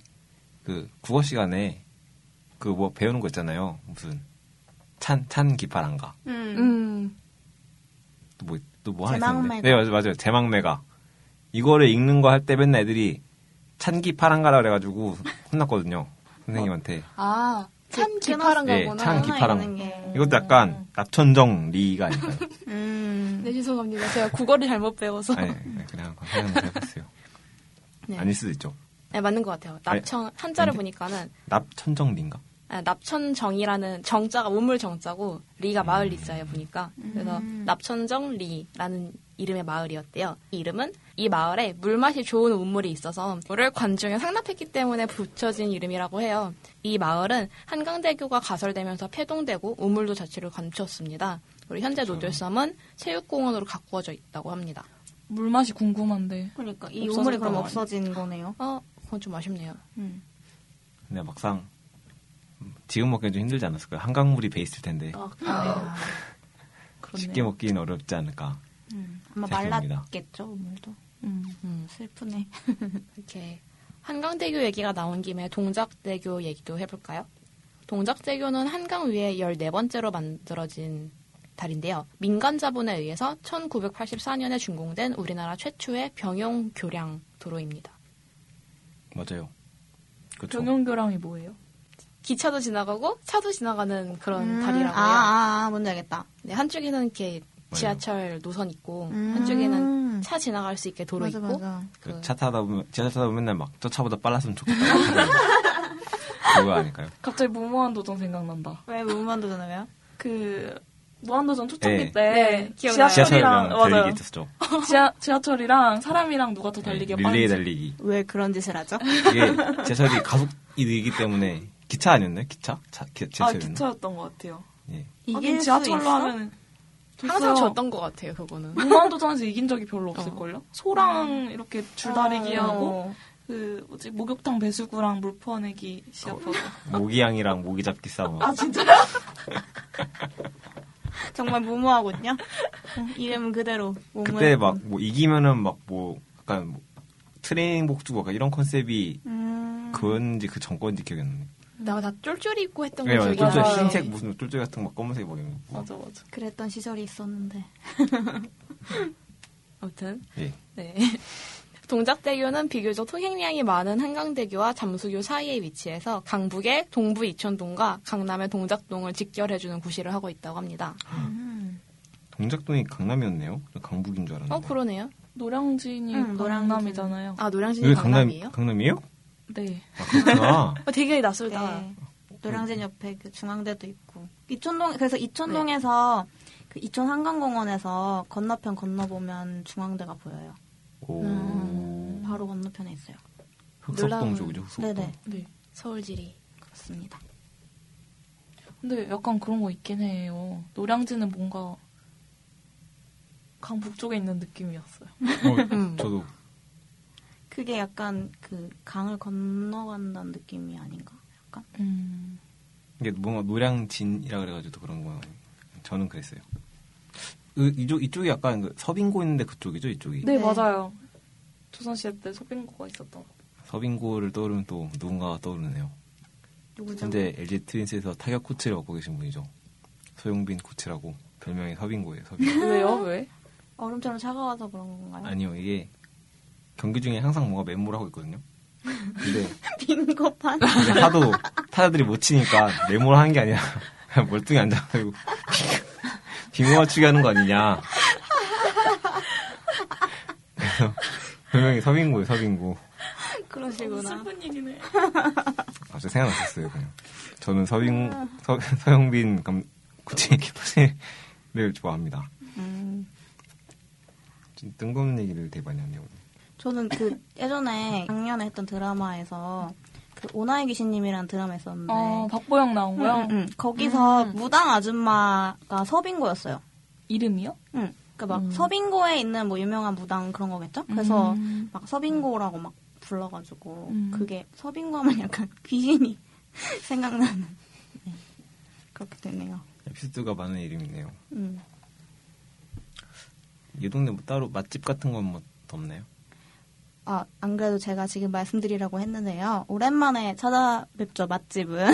Speaker 1: 그 국어 시간에 그 뭐 배우는 거 있잖아요 무슨 찬 찬 기파란가
Speaker 3: 음,
Speaker 1: 또 뭐 또 뭐 하나 있었는데
Speaker 2: 제망매가.
Speaker 1: 네 맞아요 맞아요 제망매가 이거를 읽는 거 할 때 맨날 애들이 찬 기파란가라 그래가지고 혼났거든요 선생님한테
Speaker 3: 아, 찬 기파란
Speaker 1: 예,
Speaker 3: 거구나.
Speaker 1: 찬 기파랑.
Speaker 2: 게.
Speaker 1: 이것도 약간 낙천정 리가 아닐까요?
Speaker 2: 음.
Speaker 3: 네, 죄송합니다. 제가 국어를 잘못 배워서.
Speaker 1: 아니, 그냥 한번 사용을 해봤어요.
Speaker 3: 네.
Speaker 1: 아닐 수도 있죠.
Speaker 3: 네, 맞는 것 같아요. 네. 납천 한자를 보니까는
Speaker 1: 납천정 리인가?
Speaker 3: 아, 납천정이라는 정자가 우물 정자고 리가 마을 리자예요 보니까 그래서 납천정 리라는 이름의 마을이었대요. 이 이름은 이 마을에 물맛이 좋은 운물이 있어서 물을 관중에 상납했기 때문에 붙여진 이름이라고 해요. 이 마을은 한강대교가 가설되면서 폐동되고 우물도 자체를 감췄습니다. 그리고 현재 노들섬은 체육공원으로 가꾸어져 있다고 합니다.
Speaker 4: 물맛이 궁금한데.
Speaker 2: 그러니까 이
Speaker 3: 없어서
Speaker 2: 우물이 그럼
Speaker 3: 그런 거
Speaker 2: 없어진 거네요.
Speaker 3: 어, 그건 좀 아쉽네요.
Speaker 2: 음.
Speaker 1: 근데 막상 지금 먹기는 좀 힘들지 않았을까요? 한강물이 배 있을 텐데
Speaker 3: 아, 그러네요.
Speaker 1: 쉽게 먹기는 어렵지 않을까.
Speaker 2: 음. 아마
Speaker 1: 생각합니다.
Speaker 2: 말랐겠죠 우물도. 음.
Speaker 3: 음.
Speaker 2: 슬프네.
Speaker 3: 이렇게 한강대교 얘기가 나온 김에 동작대교 얘기도 해볼까요? 동작대교는 한강 위에 14번째로 만들어진 달인데요. 민간 자본에 의해서 1984년에 준공된 우리나라 최초의 병용 교량 도로입니다.
Speaker 1: 맞아요. 그렇죠.
Speaker 4: 병영교랑이 뭐예요?
Speaker 3: 기차도 지나가고 차도 지나가는 그런
Speaker 2: 음.
Speaker 3: 다리라고
Speaker 2: 아,
Speaker 3: 해요.
Speaker 2: 아, 아, 뭔지 알겠다.
Speaker 3: 네, 한쪽에는 이렇게 지하철 노선 있고
Speaker 2: 음.
Speaker 3: 한쪽에는 차 지나갈 수 있게 도로
Speaker 2: 맞아,
Speaker 3: 있고
Speaker 2: 맞아.
Speaker 1: 그
Speaker 3: 그
Speaker 1: 차 타다 보면 지하철 타다 보면 맨날 막 저 차보다 빨랐으면 좋겠다. 그거 아닐까요?
Speaker 4: 갑자기 무모한도전 생각난다.
Speaker 2: 왜 무만 도전해요?
Speaker 4: 그 무한도전 초창기
Speaker 1: 네.
Speaker 4: 때
Speaker 3: 네, 기억나요.
Speaker 4: 지하철이랑
Speaker 1: 지하철이랑
Speaker 4: 아, 맞아요.
Speaker 1: 달리기 있었죠.
Speaker 4: 지하, 지하철이랑 사람이랑 누가 더 달리기
Speaker 1: 네, 릴레이 달리기.
Speaker 2: 왜 그런 짓을 하죠?
Speaker 1: 이게 지하철이 가속이기 때문에 기차 아니었나요? 기차? 차, 기,
Speaker 4: 아
Speaker 1: 지하철이었나?
Speaker 4: 기차였던 것 같아요.
Speaker 1: 예.
Speaker 4: 하긴
Speaker 2: 이길 수
Speaker 4: 지하철로
Speaker 2: 있어?
Speaker 4: 하면
Speaker 3: 항상 졌던 것 같아요. 그거는
Speaker 2: 음.
Speaker 4: 무한도전에서 이긴 적이 별로 없을걸요? 소랑 이렇게 줄다리기 하고
Speaker 2: 어.
Speaker 4: 그 뭐지 목욕탕 배수구랑 물 퍼내기 시합하고
Speaker 1: 모기양이랑 모기 잡기 싸움.
Speaker 2: 정말 무모하군요. 음, 이름 그대로. 몸을-
Speaker 1: 그때 막 뭐 이기면은 막 뭐 약간 뭐 트레이닝 복주고 약간 이런 컨셉이
Speaker 2: 음.
Speaker 1: 그건지 그 전건지 기억이 안 나네.
Speaker 3: 내가 다 쫄쫄이 입고 했던
Speaker 1: 네,
Speaker 3: 거
Speaker 1: 맞아요.
Speaker 3: 기억이
Speaker 1: 쫄쫄이
Speaker 3: 나요.
Speaker 1: 흰색 무슨 쫄쫄이 같은 막 검은색 막 이런 거.
Speaker 4: 맞아 맞아
Speaker 2: 그랬던 시절이 있었는데.
Speaker 3: 아무튼
Speaker 1: 예.
Speaker 3: 네. 동작대교는 비교적 통행량이 많은 한강대교와 잠수교 사이에 위치해서 강북의 동부 이천동과 강남의 동작동을 직결해주는 구실을 하고 있다고 합니다.
Speaker 2: 음.
Speaker 1: 동작동이 강남이었네요. 강북인 줄 알았는데.
Speaker 3: 어 그러네요.
Speaker 4: 노량진이
Speaker 2: 응,
Speaker 4: 강남이잖아요.
Speaker 3: 아
Speaker 1: 여기
Speaker 3: 노량진이 강남이에요?
Speaker 1: 강남 강남이에요?
Speaker 4: 네.
Speaker 1: 아, 그렇구나.
Speaker 3: 어, 되게 낯설다.
Speaker 2: 네. 노량진 옆에 그 중앙대도 있고. 이천동 그래서 이천동에서 그 이천 한강공원에서 건너편 건너보면 중앙대가 보여요.
Speaker 1: 오.
Speaker 2: 바로 건너편에 있어요.
Speaker 1: 흑석동
Speaker 3: 놀라운-
Speaker 1: 쪽이죠. 흑석동.
Speaker 2: 음. 네네
Speaker 4: 네.
Speaker 3: 서울지리.
Speaker 2: 그렇습니다.
Speaker 4: 근데 약간 그런 거 있긴 해요. 노량진은 뭔가 강북 쪽에 있는 느낌이었어요.
Speaker 1: 어,
Speaker 3: 음.
Speaker 1: 저도
Speaker 2: 그게 약간 그 강을 건너간다는 느낌이 아닌가? 약간
Speaker 4: 음.
Speaker 1: 이게 뭔가 노량진이라 그래가지고 또 그런 거. 저는 그랬어요. 그 이쪽 이쪽이 약간 그 서빙고 있는데 그쪽이죠 이쪽이.
Speaker 4: 네,
Speaker 2: 네.
Speaker 4: 맞아요. 조선시대 때 소빙고가 있었던 거.
Speaker 1: 서빙고를 떠오르면 또 누군가가 떠오르네요.
Speaker 2: 누구죠?
Speaker 1: 현재 LG 트윈스에서 타격 코치를 맡고 계신 분이죠. 소용빈 코치라고 별명이 서빙고예요. 서빙고.
Speaker 4: 왜요? 왜?
Speaker 2: 얼음처럼 차가워서 그런 건가요?
Speaker 1: 아니요 이게 경기 중에 항상 뭔가 멘붕을 하고 있거든요. 근데
Speaker 2: 빙고판?
Speaker 1: 근데 하도 타자들이 못 치니까 메모를 하는 게 아니라 그냥 멀뚱히 앉아가지고 빙고 맞추기 하는 거 아니냐. 그래서 분명히 서빙고예요, 서빙고.
Speaker 2: 그러시구나.
Speaker 4: 얘기네.
Speaker 1: 갑자기 생각났었어요, 그냥. 저는 서빙, 서, 서영빈 감, 코치 키퍼를 좋아합니다.
Speaker 2: 음.
Speaker 1: 좀 뜬금없는 얘기를 되게 많이 하네요. 오늘.
Speaker 2: 저는 그 예전에 작년에 했던 드라마에서 그 오나의 귀신님이라는 드라마 있었는데
Speaker 4: 어, 박보영 나온 거요? 음.
Speaker 2: 응, 응. 거기서 무당 아줌마가 서빙고였어요.
Speaker 4: 이름이요?
Speaker 2: 응. 그러니까 막
Speaker 4: 음.
Speaker 2: 서빙고에 있는 뭐 유명한 무당 그런 거겠죠? 그래서
Speaker 4: 음.
Speaker 2: 막 서빙고라고 막 불러가지고
Speaker 4: 음.
Speaker 2: 그게 서빙고하면 약간 귀신이 생각나는 네. 그렇게 되네요.
Speaker 1: 에피소드가 많은 이름이네요.
Speaker 2: 음.
Speaker 1: 이 동네 뭐 따로 맛집 같은 건뭐 없나요?
Speaker 2: 아, 안 그래도 제가 지금 말씀드리라고 했는데요. 오랜만에 찾아뵙죠, 맛집은.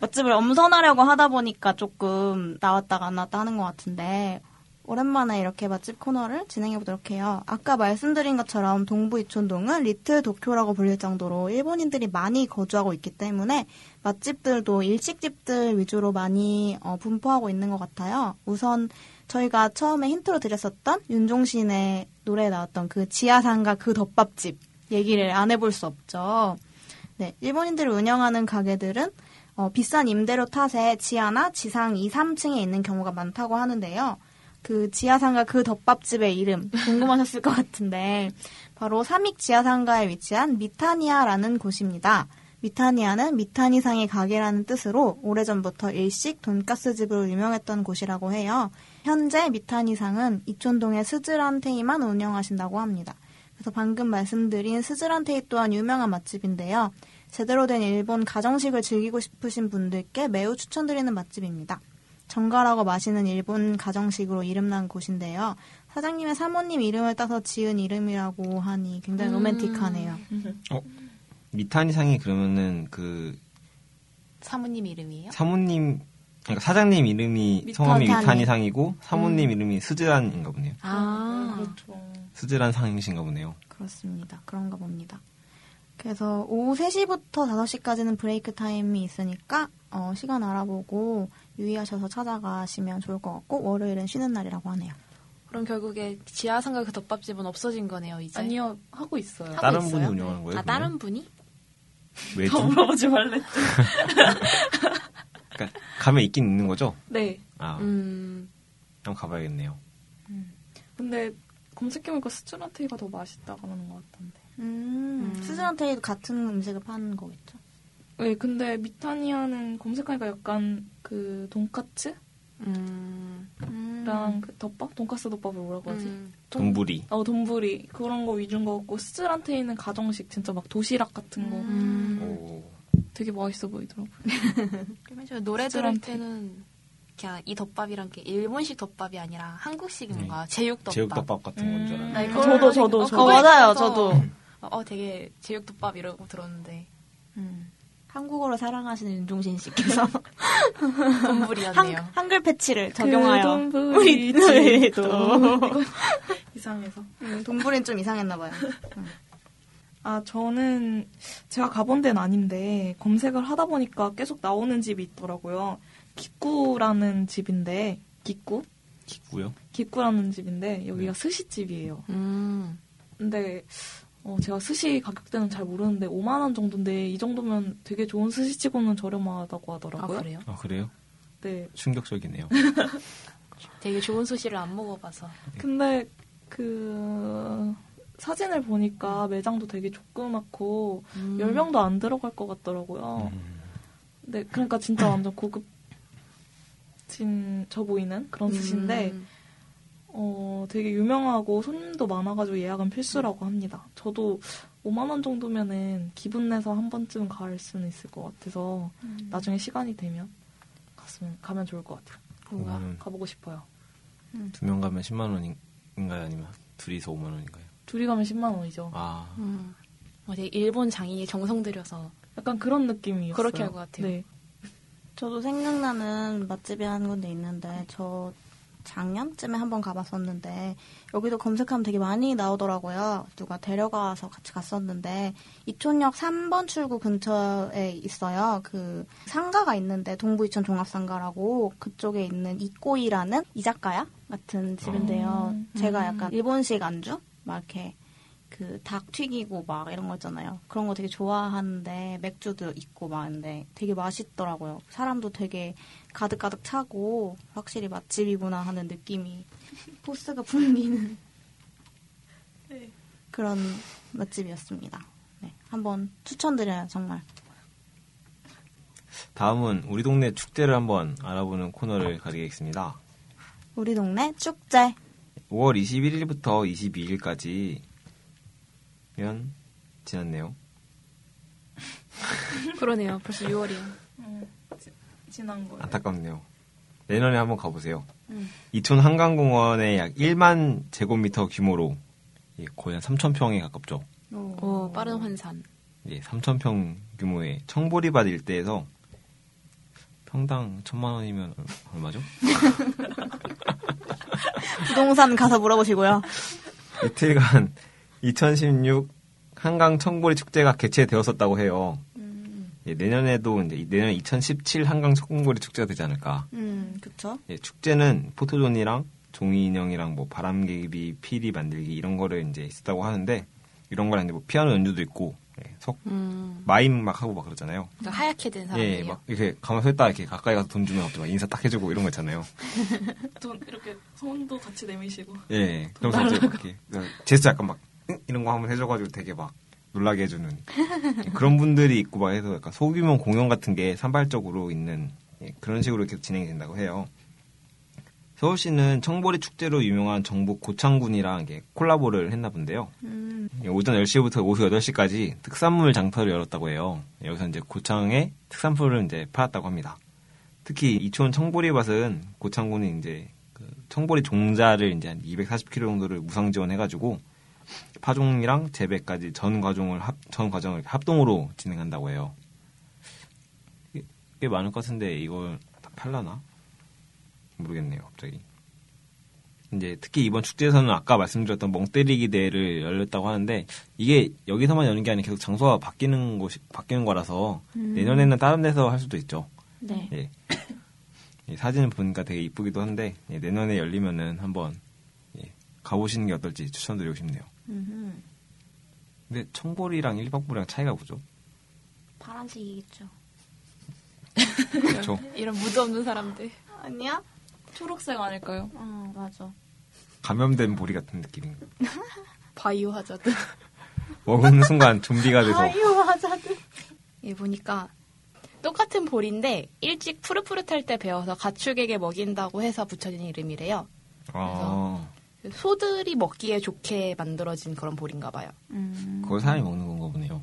Speaker 2: 맛집을 엄선하려고 하다 보니까 조금 나왔다가 안 나왔다 하는 것 같은데, 오랜만에 이렇게 맛집 코너를 진행해 보도록 해요. 아까 말씀드린 것처럼 동부 이촌동은 리틀 도쿄라고 불릴 정도로 일본인들이 많이 거주하고 있기 때문에 맛집들도 일식집들 위주로 많이 어, 분포하고 있는 것 같아요. 우선 저희가 처음에 힌트로 드렸었던 윤종신의 노래에 나왔던 그 지하상가 그 덮밥집 얘기를 안 해볼 수 없죠. 네, 일본인들이 운영하는 가게들은 어, 비싼 임대료 탓에 지하나 지상 2, 3층에 있는 경우가 많다고 하는데요. 그 지하상가 그 덮밥집의 이름 궁금하셨을 것 같은데 바로 삼익 지하상가에 위치한 미타니아라는 곳입니다. 미타니아는 미타니상의 가게라는 뜻으로 오래전부터 일식 돈가스집으로 유명했던 곳이라고 해요. 현재 미타니상은 이촌동의 스즈란테이만 운영하신다고 합니다. 그래서 방금 말씀드린 스즈란테이 또한 유명한 맛집인데요. 제대로 된 일본 가정식을 즐기고 싶으신 분들께 매우 추천드리는 맛집입니다. 정갈하고 맛있는 일본 가정식으로 이름난 곳인데요. 사장님의 사모님 이름을 따서 지은 이름이라고 하니 굉장히
Speaker 3: 음.
Speaker 2: 로맨틱하네요.
Speaker 1: 미타니상이 그러면은 그
Speaker 3: 사모님 이름이에요?
Speaker 1: 사모님 그러니까 사장님 이름이
Speaker 4: 미타니.
Speaker 1: 성함이 미타니상이고
Speaker 3: 음.
Speaker 1: 사모님 이름이 스즈란인가 보네요.
Speaker 3: 아,
Speaker 4: 그렇죠.
Speaker 1: 스즈란 상이신가 보네요.
Speaker 2: 그렇습니다. 그런가 봅니다. 그래서 오후 3시부터 5시까지는 브레이크 타임이 있으니까 어, 시간 알아보고 유의하셔서 찾아가시면 좋을 것 같고 월요일은 쉬는 날이라고 하네요.
Speaker 3: 그럼 결국에 지하상가 그 덮밥집은 없어진 거네요, 이제.
Speaker 4: 아니요 하고 있어요.
Speaker 3: 하고
Speaker 1: 다른
Speaker 3: 있어요?
Speaker 1: 분이 운영하는 거예요?
Speaker 3: 아, 다른 분이?
Speaker 1: 왜죠?
Speaker 4: 더 물어보지 말랬죠.
Speaker 1: 그러니까 가면 있긴 있는 거죠?
Speaker 4: 네.
Speaker 1: 아,
Speaker 3: 음,
Speaker 1: 한번 가봐야겠네요.
Speaker 4: 근데 검색해보니까 스트라테이가 더 맛있다고 하는 것 같던데.
Speaker 2: 음,
Speaker 3: 음.
Speaker 2: 수즈한테도 같은 음식을 파는 거겠죠.
Speaker 4: 네, 근데 미타니아는 검색하니까 약간 그 돈까츠랑
Speaker 3: 음,
Speaker 2: 음.
Speaker 4: 그 덮밥? 돈까스 덮밥을 뭐라고 하지?
Speaker 3: 음.
Speaker 1: 동부리.
Speaker 4: 어, 돈부리. 그런 거 위주인 것 같고, 스즈란테 있는 가정식, 진짜 막 도시락 같은 거
Speaker 3: 음.
Speaker 1: 오.
Speaker 4: 되게 맛있어 보이더라고요.
Speaker 2: 그
Speaker 3: 그러면 저 노래 들을
Speaker 4: 씁쓸한데.
Speaker 3: 때는 그냥 이 덮밥이란 게 일본식 덮밥이 아니라 한국식인가 제육 덮밥.
Speaker 1: 제육덮밥 같은 건 줄
Speaker 3: 나
Speaker 1: 알았는데.
Speaker 3: 이거
Speaker 4: 저도, 저도,
Speaker 3: 어,
Speaker 4: 저도.
Speaker 2: 어,
Speaker 3: 그거에
Speaker 2: 맞아요,
Speaker 3: 있어서-
Speaker 2: 저도.
Speaker 3: 어, 되게 제육 덮밥 이러고 들었는데 음,
Speaker 2: 한국어를 사랑하시는 윤종신 씨께서 한,
Speaker 3: 건물이었네요.
Speaker 2: 한글 패치를 적용하여
Speaker 4: 그
Speaker 2: 우리
Speaker 4: 돈부리
Speaker 2: 노래에도.
Speaker 4: 집도. 이상해서.
Speaker 2: 음, 동부린 좀 이상했나 봐요.
Speaker 4: 아, 저는 제가 가본 데는 아닌데, 검색을 하다 보니까 계속 나오는 집이 있더라고요. 기꾸라는 집인데, 기꾸?
Speaker 1: 기구요?
Speaker 4: 기꾸라는 집인데, 여기가
Speaker 1: 네.
Speaker 4: 스시집이에요.
Speaker 3: 음.
Speaker 4: 근데 어, 제가 스시 가격대는 잘 모르는데 5만 원 정도인데 이 정도면 되게 좋은 스시치고는 저렴하다고
Speaker 3: 아
Speaker 4: 하더라고요.
Speaker 3: 그래요?
Speaker 1: 아, 그래요?
Speaker 4: 네.
Speaker 1: 충격적이네요.
Speaker 3: 음. 되게 좋은 소시를 안 먹어봐서.
Speaker 4: 근데 그 사진을 보니까 매장도 되게 조그맣고
Speaker 3: 음.
Speaker 4: 열 10명도 안 들어갈 것 같더라고요.
Speaker 1: 음.
Speaker 4: 네, 그러니까 진짜 완전 고급진 저 보이는 그런 스시인데
Speaker 3: 음.
Speaker 4: 어, 되게 유명하고 손님도 많아가지고 예약은 필수라고 합니다. 저도 5만 원 정도면은 기분 내서 한 번쯤 갈 수는 있을 것 같아서 나중에 시간이 되면 갔으면 가면 좋을 것 같아요.
Speaker 3: 뭔가
Speaker 1: 음.
Speaker 4: 가보고 싶어요.
Speaker 1: 두 명 가면 10만 원인가요? 아니면 둘이서 5만 원인가요?
Speaker 4: 둘이 가면 10만 원이죠.
Speaker 1: 아,
Speaker 3: 음. 어, 되게 일본 장인의 정성 들여서
Speaker 4: 약간 그런 느낌이었어요.
Speaker 3: 그렇게 할것 같아요.
Speaker 4: 네.
Speaker 2: 저도 생각나는 맛집이 한 군데 있는데 저 작년쯤에 한번 가봤었는데 여기도 검색하면 되게 많이 나오더라고요. 누가 데려가서 같이 갔었는데 이촌역 3번 출구 근처에 있어요. 그 상가가 있는데 동부 이촌 종합상가라고 그쪽에 있는 이꼬이라는 이자카야 같은 집인데요.
Speaker 4: 음.
Speaker 2: 제가 약간 일본식 안주 막 이렇게 그 닭 튀기고 막 이런 거 있잖아요. 그런 거 되게 좋아하는데 맥주도 있고 막 근데 되게 맛있더라고요. 사람도 되게 가득가득 차고 확실히 맛집이구나 하는 느낌이 포스가 풍기는 그런 맛집이었습니다. 네, 한번 추천드려요 정말.
Speaker 1: 다음은 우리 동네 축제를 한번 알아보는 코너를 가리겠습니다.
Speaker 2: 우리 동네 축제
Speaker 1: 5월 21일부터 22일까지면 지났네요.
Speaker 3: 그러네요. 벌써 6월이요.
Speaker 4: 지난 거예요.
Speaker 1: 아, 안타깝네요. 내년에 한번 가보세요. 이촌 한강공원의 약 1만 제곱미터 규모로 예, 거의 한 3천 평에 가깝죠.
Speaker 3: 오, 어, 빠른 환산.
Speaker 1: 예, 3천 평 규모의 청보리밭 일대에서 평당 천만 원이면 얼- 얼마죠?
Speaker 2: 부동산 가서 물어보시고요.
Speaker 1: 이틀간 2016 한강 청보리 축제가 개최되었었다고 해요. 예, 내년에도 이제 이- 내년 2017 한강 청보리 축제가 되지 않을까.
Speaker 2: 음, 그쵸.
Speaker 1: 예, 축제는 포토존이랑 종이 인형이랑 뭐 바람개비, 피리 만들기 이런 거를 이제 있었다고 하는데 이런 거랑 이제 뭐 피아노 연주도 있고 예, 석
Speaker 3: 음.
Speaker 1: 마임 막 하고 막 그러잖아요.
Speaker 3: 그러니까 하얗게 된
Speaker 1: 예,
Speaker 3: 사람이에요.
Speaker 1: 막 이렇게 가만 서 있다 이렇게 가까이 가서 돈 주면 갑자기 막 인사 딱 해주고 이런 거 있잖아요.
Speaker 4: 돈 이렇게 손도 같이 내미시고.
Speaker 1: 예, 그러면서 이제 막 이렇게 제스처 약간 막 응? 이런 거 한번 해줘가지고 되게 막 놀라게 해주는 예, 그런 분들이 있고 막 해서 약간 소규모 공연 같은 게 산발적으로 있는 예, 그런 식으로 이렇게 진행이 된다고 해요. 서울시는 청보리 축제로 유명한 정부 고창군이랑 이게 콜라보를 했나 본데요. 예, 오전 10시부터 오후 8시까지 특산물 장터를 열었다고 해요. 여기서 이제 고창의 특산품을 이제 팔았다고 합니다. 특히 이촌 청보리밭은 고창군이 이제 그 청보리 종자를 이제 한 240kg 정도를 무상 지원해가지고 파종이랑 재배까지 전 과정을 합, 전 과정을 합동으로 진행한다고 해요. 꽤- 꽤 많을 것 같은데 이걸 다 팔라나 모르겠네요 갑자기. 이제 특히 이번 축제에서는 아까 말씀드렸던 멍때리기 대회를 열렸다고 하는데 이게 여기서만 여는 게 아니라 계속 장소가 바뀌는 곳이 바뀌는 거라서 내년에는 다른 데서 할 수도 있죠.
Speaker 3: 네.
Speaker 1: 예. 이 사진을 보니까 되게 이쁘기도 한데 예, 내년에 열리면은 한번 예, 가보시는 게 어떨지 추천드리고 싶네요. 근데 청보리랑 일박보리랑 차이가 뭐죠?
Speaker 5: 파란색이겠죠.
Speaker 1: 그렇죠.
Speaker 3: 이런 무드 없는 사람들.
Speaker 2: 아니야?
Speaker 4: 초록색 아닐까요?
Speaker 5: 어, 맞아.
Speaker 1: 감염된 보리 같은 느낌인 거.
Speaker 3: 바이오 하자드.
Speaker 1: 먹는 순간 좀비가
Speaker 5: 아,
Speaker 1: 돼서
Speaker 2: 하자드.
Speaker 3: 예, 보니까 똑같은 볼인데 일찍 푸릇푸릇할 때 베어서 가축에게 먹인다고 해서 붙여진 이름이래요.
Speaker 1: 아,
Speaker 3: 그 소들이 먹기에 좋게 만들어진 그런 볼인가 봐요.
Speaker 2: 음.
Speaker 1: 그걸 사람이 먹는 건가 보네요.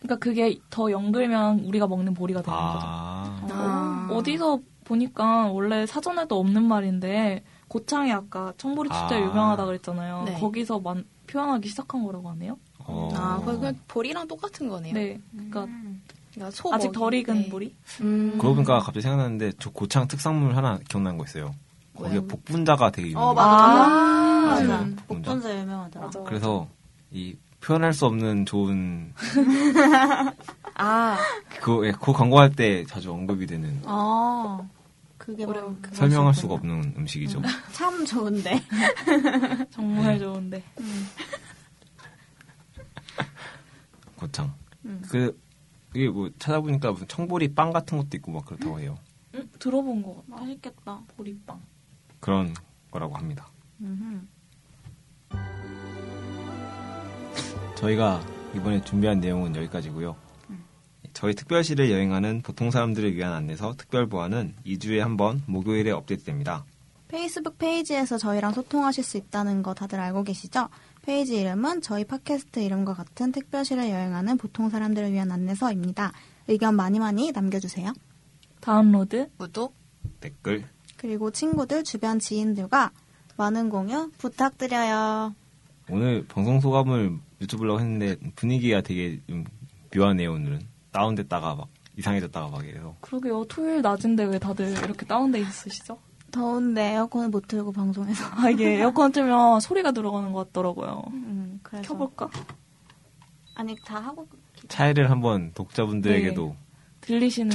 Speaker 4: 그러니까 그게 더 연글면 우리가 먹는 보리가 되는 거죠.
Speaker 1: 아,
Speaker 3: 아.
Speaker 4: 어디서 보니까 원래 사전에도 없는 말인데 고창이 아까 청보리 축제
Speaker 1: 아.
Speaker 4: 유명하다 그랬잖아요.
Speaker 3: 네.
Speaker 4: 거기서 만, 표현하기 시작한 거라고 하네요.
Speaker 1: 어.
Speaker 3: 아, 그건 그냥 볼이랑 똑같은 거네요.
Speaker 4: 네, 그러니까
Speaker 1: 어,
Speaker 3: 그러니까 소
Speaker 4: 아직
Speaker 3: 먹이.
Speaker 4: 덜 익은
Speaker 3: 네.
Speaker 4: 보리.
Speaker 3: 음.
Speaker 1: 그러고 보니까 갑자기 생각났는데 저 고창 특산물 하나 기억나는 거 있어요. 거기에
Speaker 3: 뭐요?
Speaker 1: 복분자가 되게 유명해요.
Speaker 2: 어, 맞아.
Speaker 1: 맞아요.
Speaker 3: 음.
Speaker 2: 맞아.
Speaker 1: 복분자.
Speaker 5: 복분자 유명하더라.
Speaker 4: 맞아.
Speaker 1: 그래서 이 표현할 수 없는 좋은
Speaker 2: 아,
Speaker 1: 그거 예, 그거 광고할 때 자주 언급이 되는
Speaker 5: 아, 그게 바로
Speaker 3: 어려운
Speaker 5: 그거
Speaker 1: 설명할
Speaker 5: 있었구나.
Speaker 1: 수가 없는 음식이죠.
Speaker 5: 참 좋은데.
Speaker 4: 정말 좋은데.
Speaker 1: 고창.
Speaker 5: 음.
Speaker 1: 그 이게 뭐 찾아보니까 무슨 청보리 빵 같은 것도 있고 막 그렇다고 해요.
Speaker 4: 음, 들어본 것 같아. 맛있겠다. 보리빵.
Speaker 1: 그런 거라고 합니다. 저희가 이번에 준비한 내용은 여기까지고요.
Speaker 5: 음.
Speaker 1: 저희 특별시를 여행하는 보통 사람들을 위한 안내서 특별 보안은 2주에 한 번 목요일에 업데이트됩니다.
Speaker 2: 페이스북 페이지에서 저희랑 소통하실 수 있다는 거 다들 알고 계시죠? 페이지 이름은 저희 팟캐스트 이름과 같은 특별시를 여행하는 보통 사람들을 위한 안내서입니다. 의견 많이 많이 남겨주세요.
Speaker 4: 다운로드.
Speaker 3: 구독.
Speaker 1: 댓글
Speaker 2: 그리고 친구들, 주변 지인들과 많은 공유 부탁드려요.
Speaker 1: 오늘 방송 소감을 여쭤보려고 했는데 분위기가 되게 좀 묘하네요 오늘은 다운됐다가 막 이상해졌다가 막 이래서
Speaker 4: 그러게요. 토요일 낮인데 왜 다들 이렇게 다운돼 있으시죠?
Speaker 2: 더운데 에어컨을 못 틀고 방송해서.
Speaker 4: 아, 이게 에어컨 틀면 소리가 들어가는 것 같더라고요.
Speaker 2: 음, 그래서.
Speaker 4: 켜볼까?
Speaker 2: 아니, 다 하고.
Speaker 1: 차이를 한번 독자분들에게도
Speaker 5: 네.
Speaker 4: 들리시는지.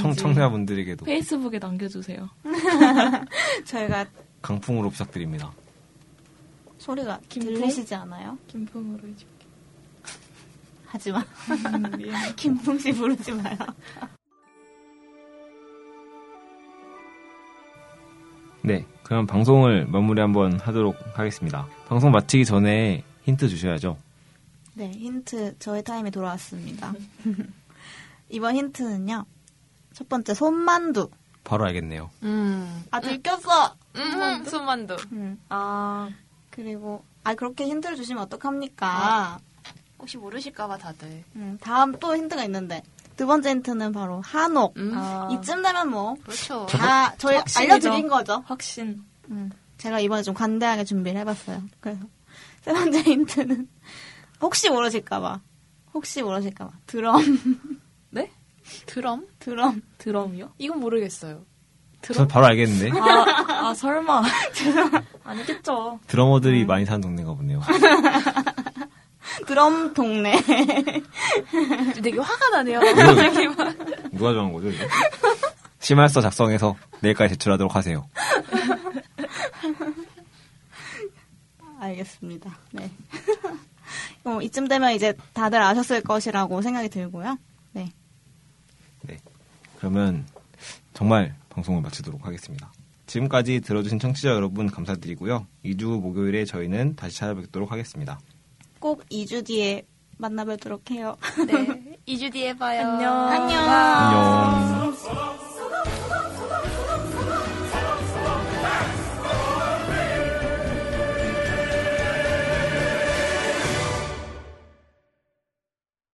Speaker 5: 음.
Speaker 1: 청, 청자분들에게도
Speaker 4: 페이스북에 남겨주세요.
Speaker 2: 저희가
Speaker 1: 강풍으로 부탁드립니다.
Speaker 2: 소리가
Speaker 4: 김포?
Speaker 2: 들리시지 않아요?
Speaker 4: 김풍으로 해줄게.
Speaker 2: 하지 마.
Speaker 4: 음, 미안해.
Speaker 2: 김풍 씨 부르지 마요.
Speaker 1: 네, 그럼 방송을 마무리 한번 하도록 하겠습니다. 방송 마치기 전에 힌트 주셔야죠.
Speaker 2: 네, 힌트 저의 타임이 돌아왔습니다. 이번 힌트는요. 첫 번째 손만두.
Speaker 1: 바로 알겠네요.
Speaker 3: 음.
Speaker 2: 아 들켰어.
Speaker 3: 음. 손만두.
Speaker 2: 음,
Speaker 4: 아,
Speaker 2: 그리고 아 그렇게 힌트를 주시면 어떡합니까?
Speaker 3: 혹시 모르실까봐 다들.
Speaker 2: 음, 다음 또 힌트가 있는데 두 번째 힌트는 바로 한옥.
Speaker 3: 음.
Speaker 4: 아,
Speaker 2: 이쯤 되면 뭐 다
Speaker 3: 그렇죠.
Speaker 2: 저희
Speaker 4: 확실히죠.
Speaker 2: 알려드린 거죠.
Speaker 4: 확신.
Speaker 2: 음, 제가 이번에 좀 관대하게 준비를 해봤어요. 그래서 세 번째 힌트는 혹시 모르실까봐 혹시 모르실까봐 드럼
Speaker 4: 네?
Speaker 3: 드럼?
Speaker 2: 드럼
Speaker 4: 드럼이요?
Speaker 3: 이건 모르겠어요.
Speaker 1: 저 바로 알겠는데.
Speaker 4: 아, 아, 설마. 아니겠죠.
Speaker 1: 드러머들이 많이 사는 동네가 보네요.
Speaker 2: 드럼 동네.
Speaker 3: 되게 화가 나네요.
Speaker 1: 누가 정한 거죠, 이거? 심할서 작성해서 내일까지 제출하도록 하세요.
Speaker 2: 알겠습니다. 네. 어, 이쯤 되면 이제 다들 아셨을 것이라고 생각이 들고요. 네.
Speaker 1: 네. 그러면 정말 방송을 마치도록 하겠습니다. 지금까지 들어주신 청취자 여러분 감사드리고요. 2주 목요일에 저희는 다시 찾아뵙도록 하겠습니다.
Speaker 2: 꼭 2주 뒤에 만나뵙도록 해요.
Speaker 3: 네. 2주 뒤에 봐요.
Speaker 4: 안녕.
Speaker 2: 안녕.
Speaker 1: 안녕.
Speaker 6: 사랑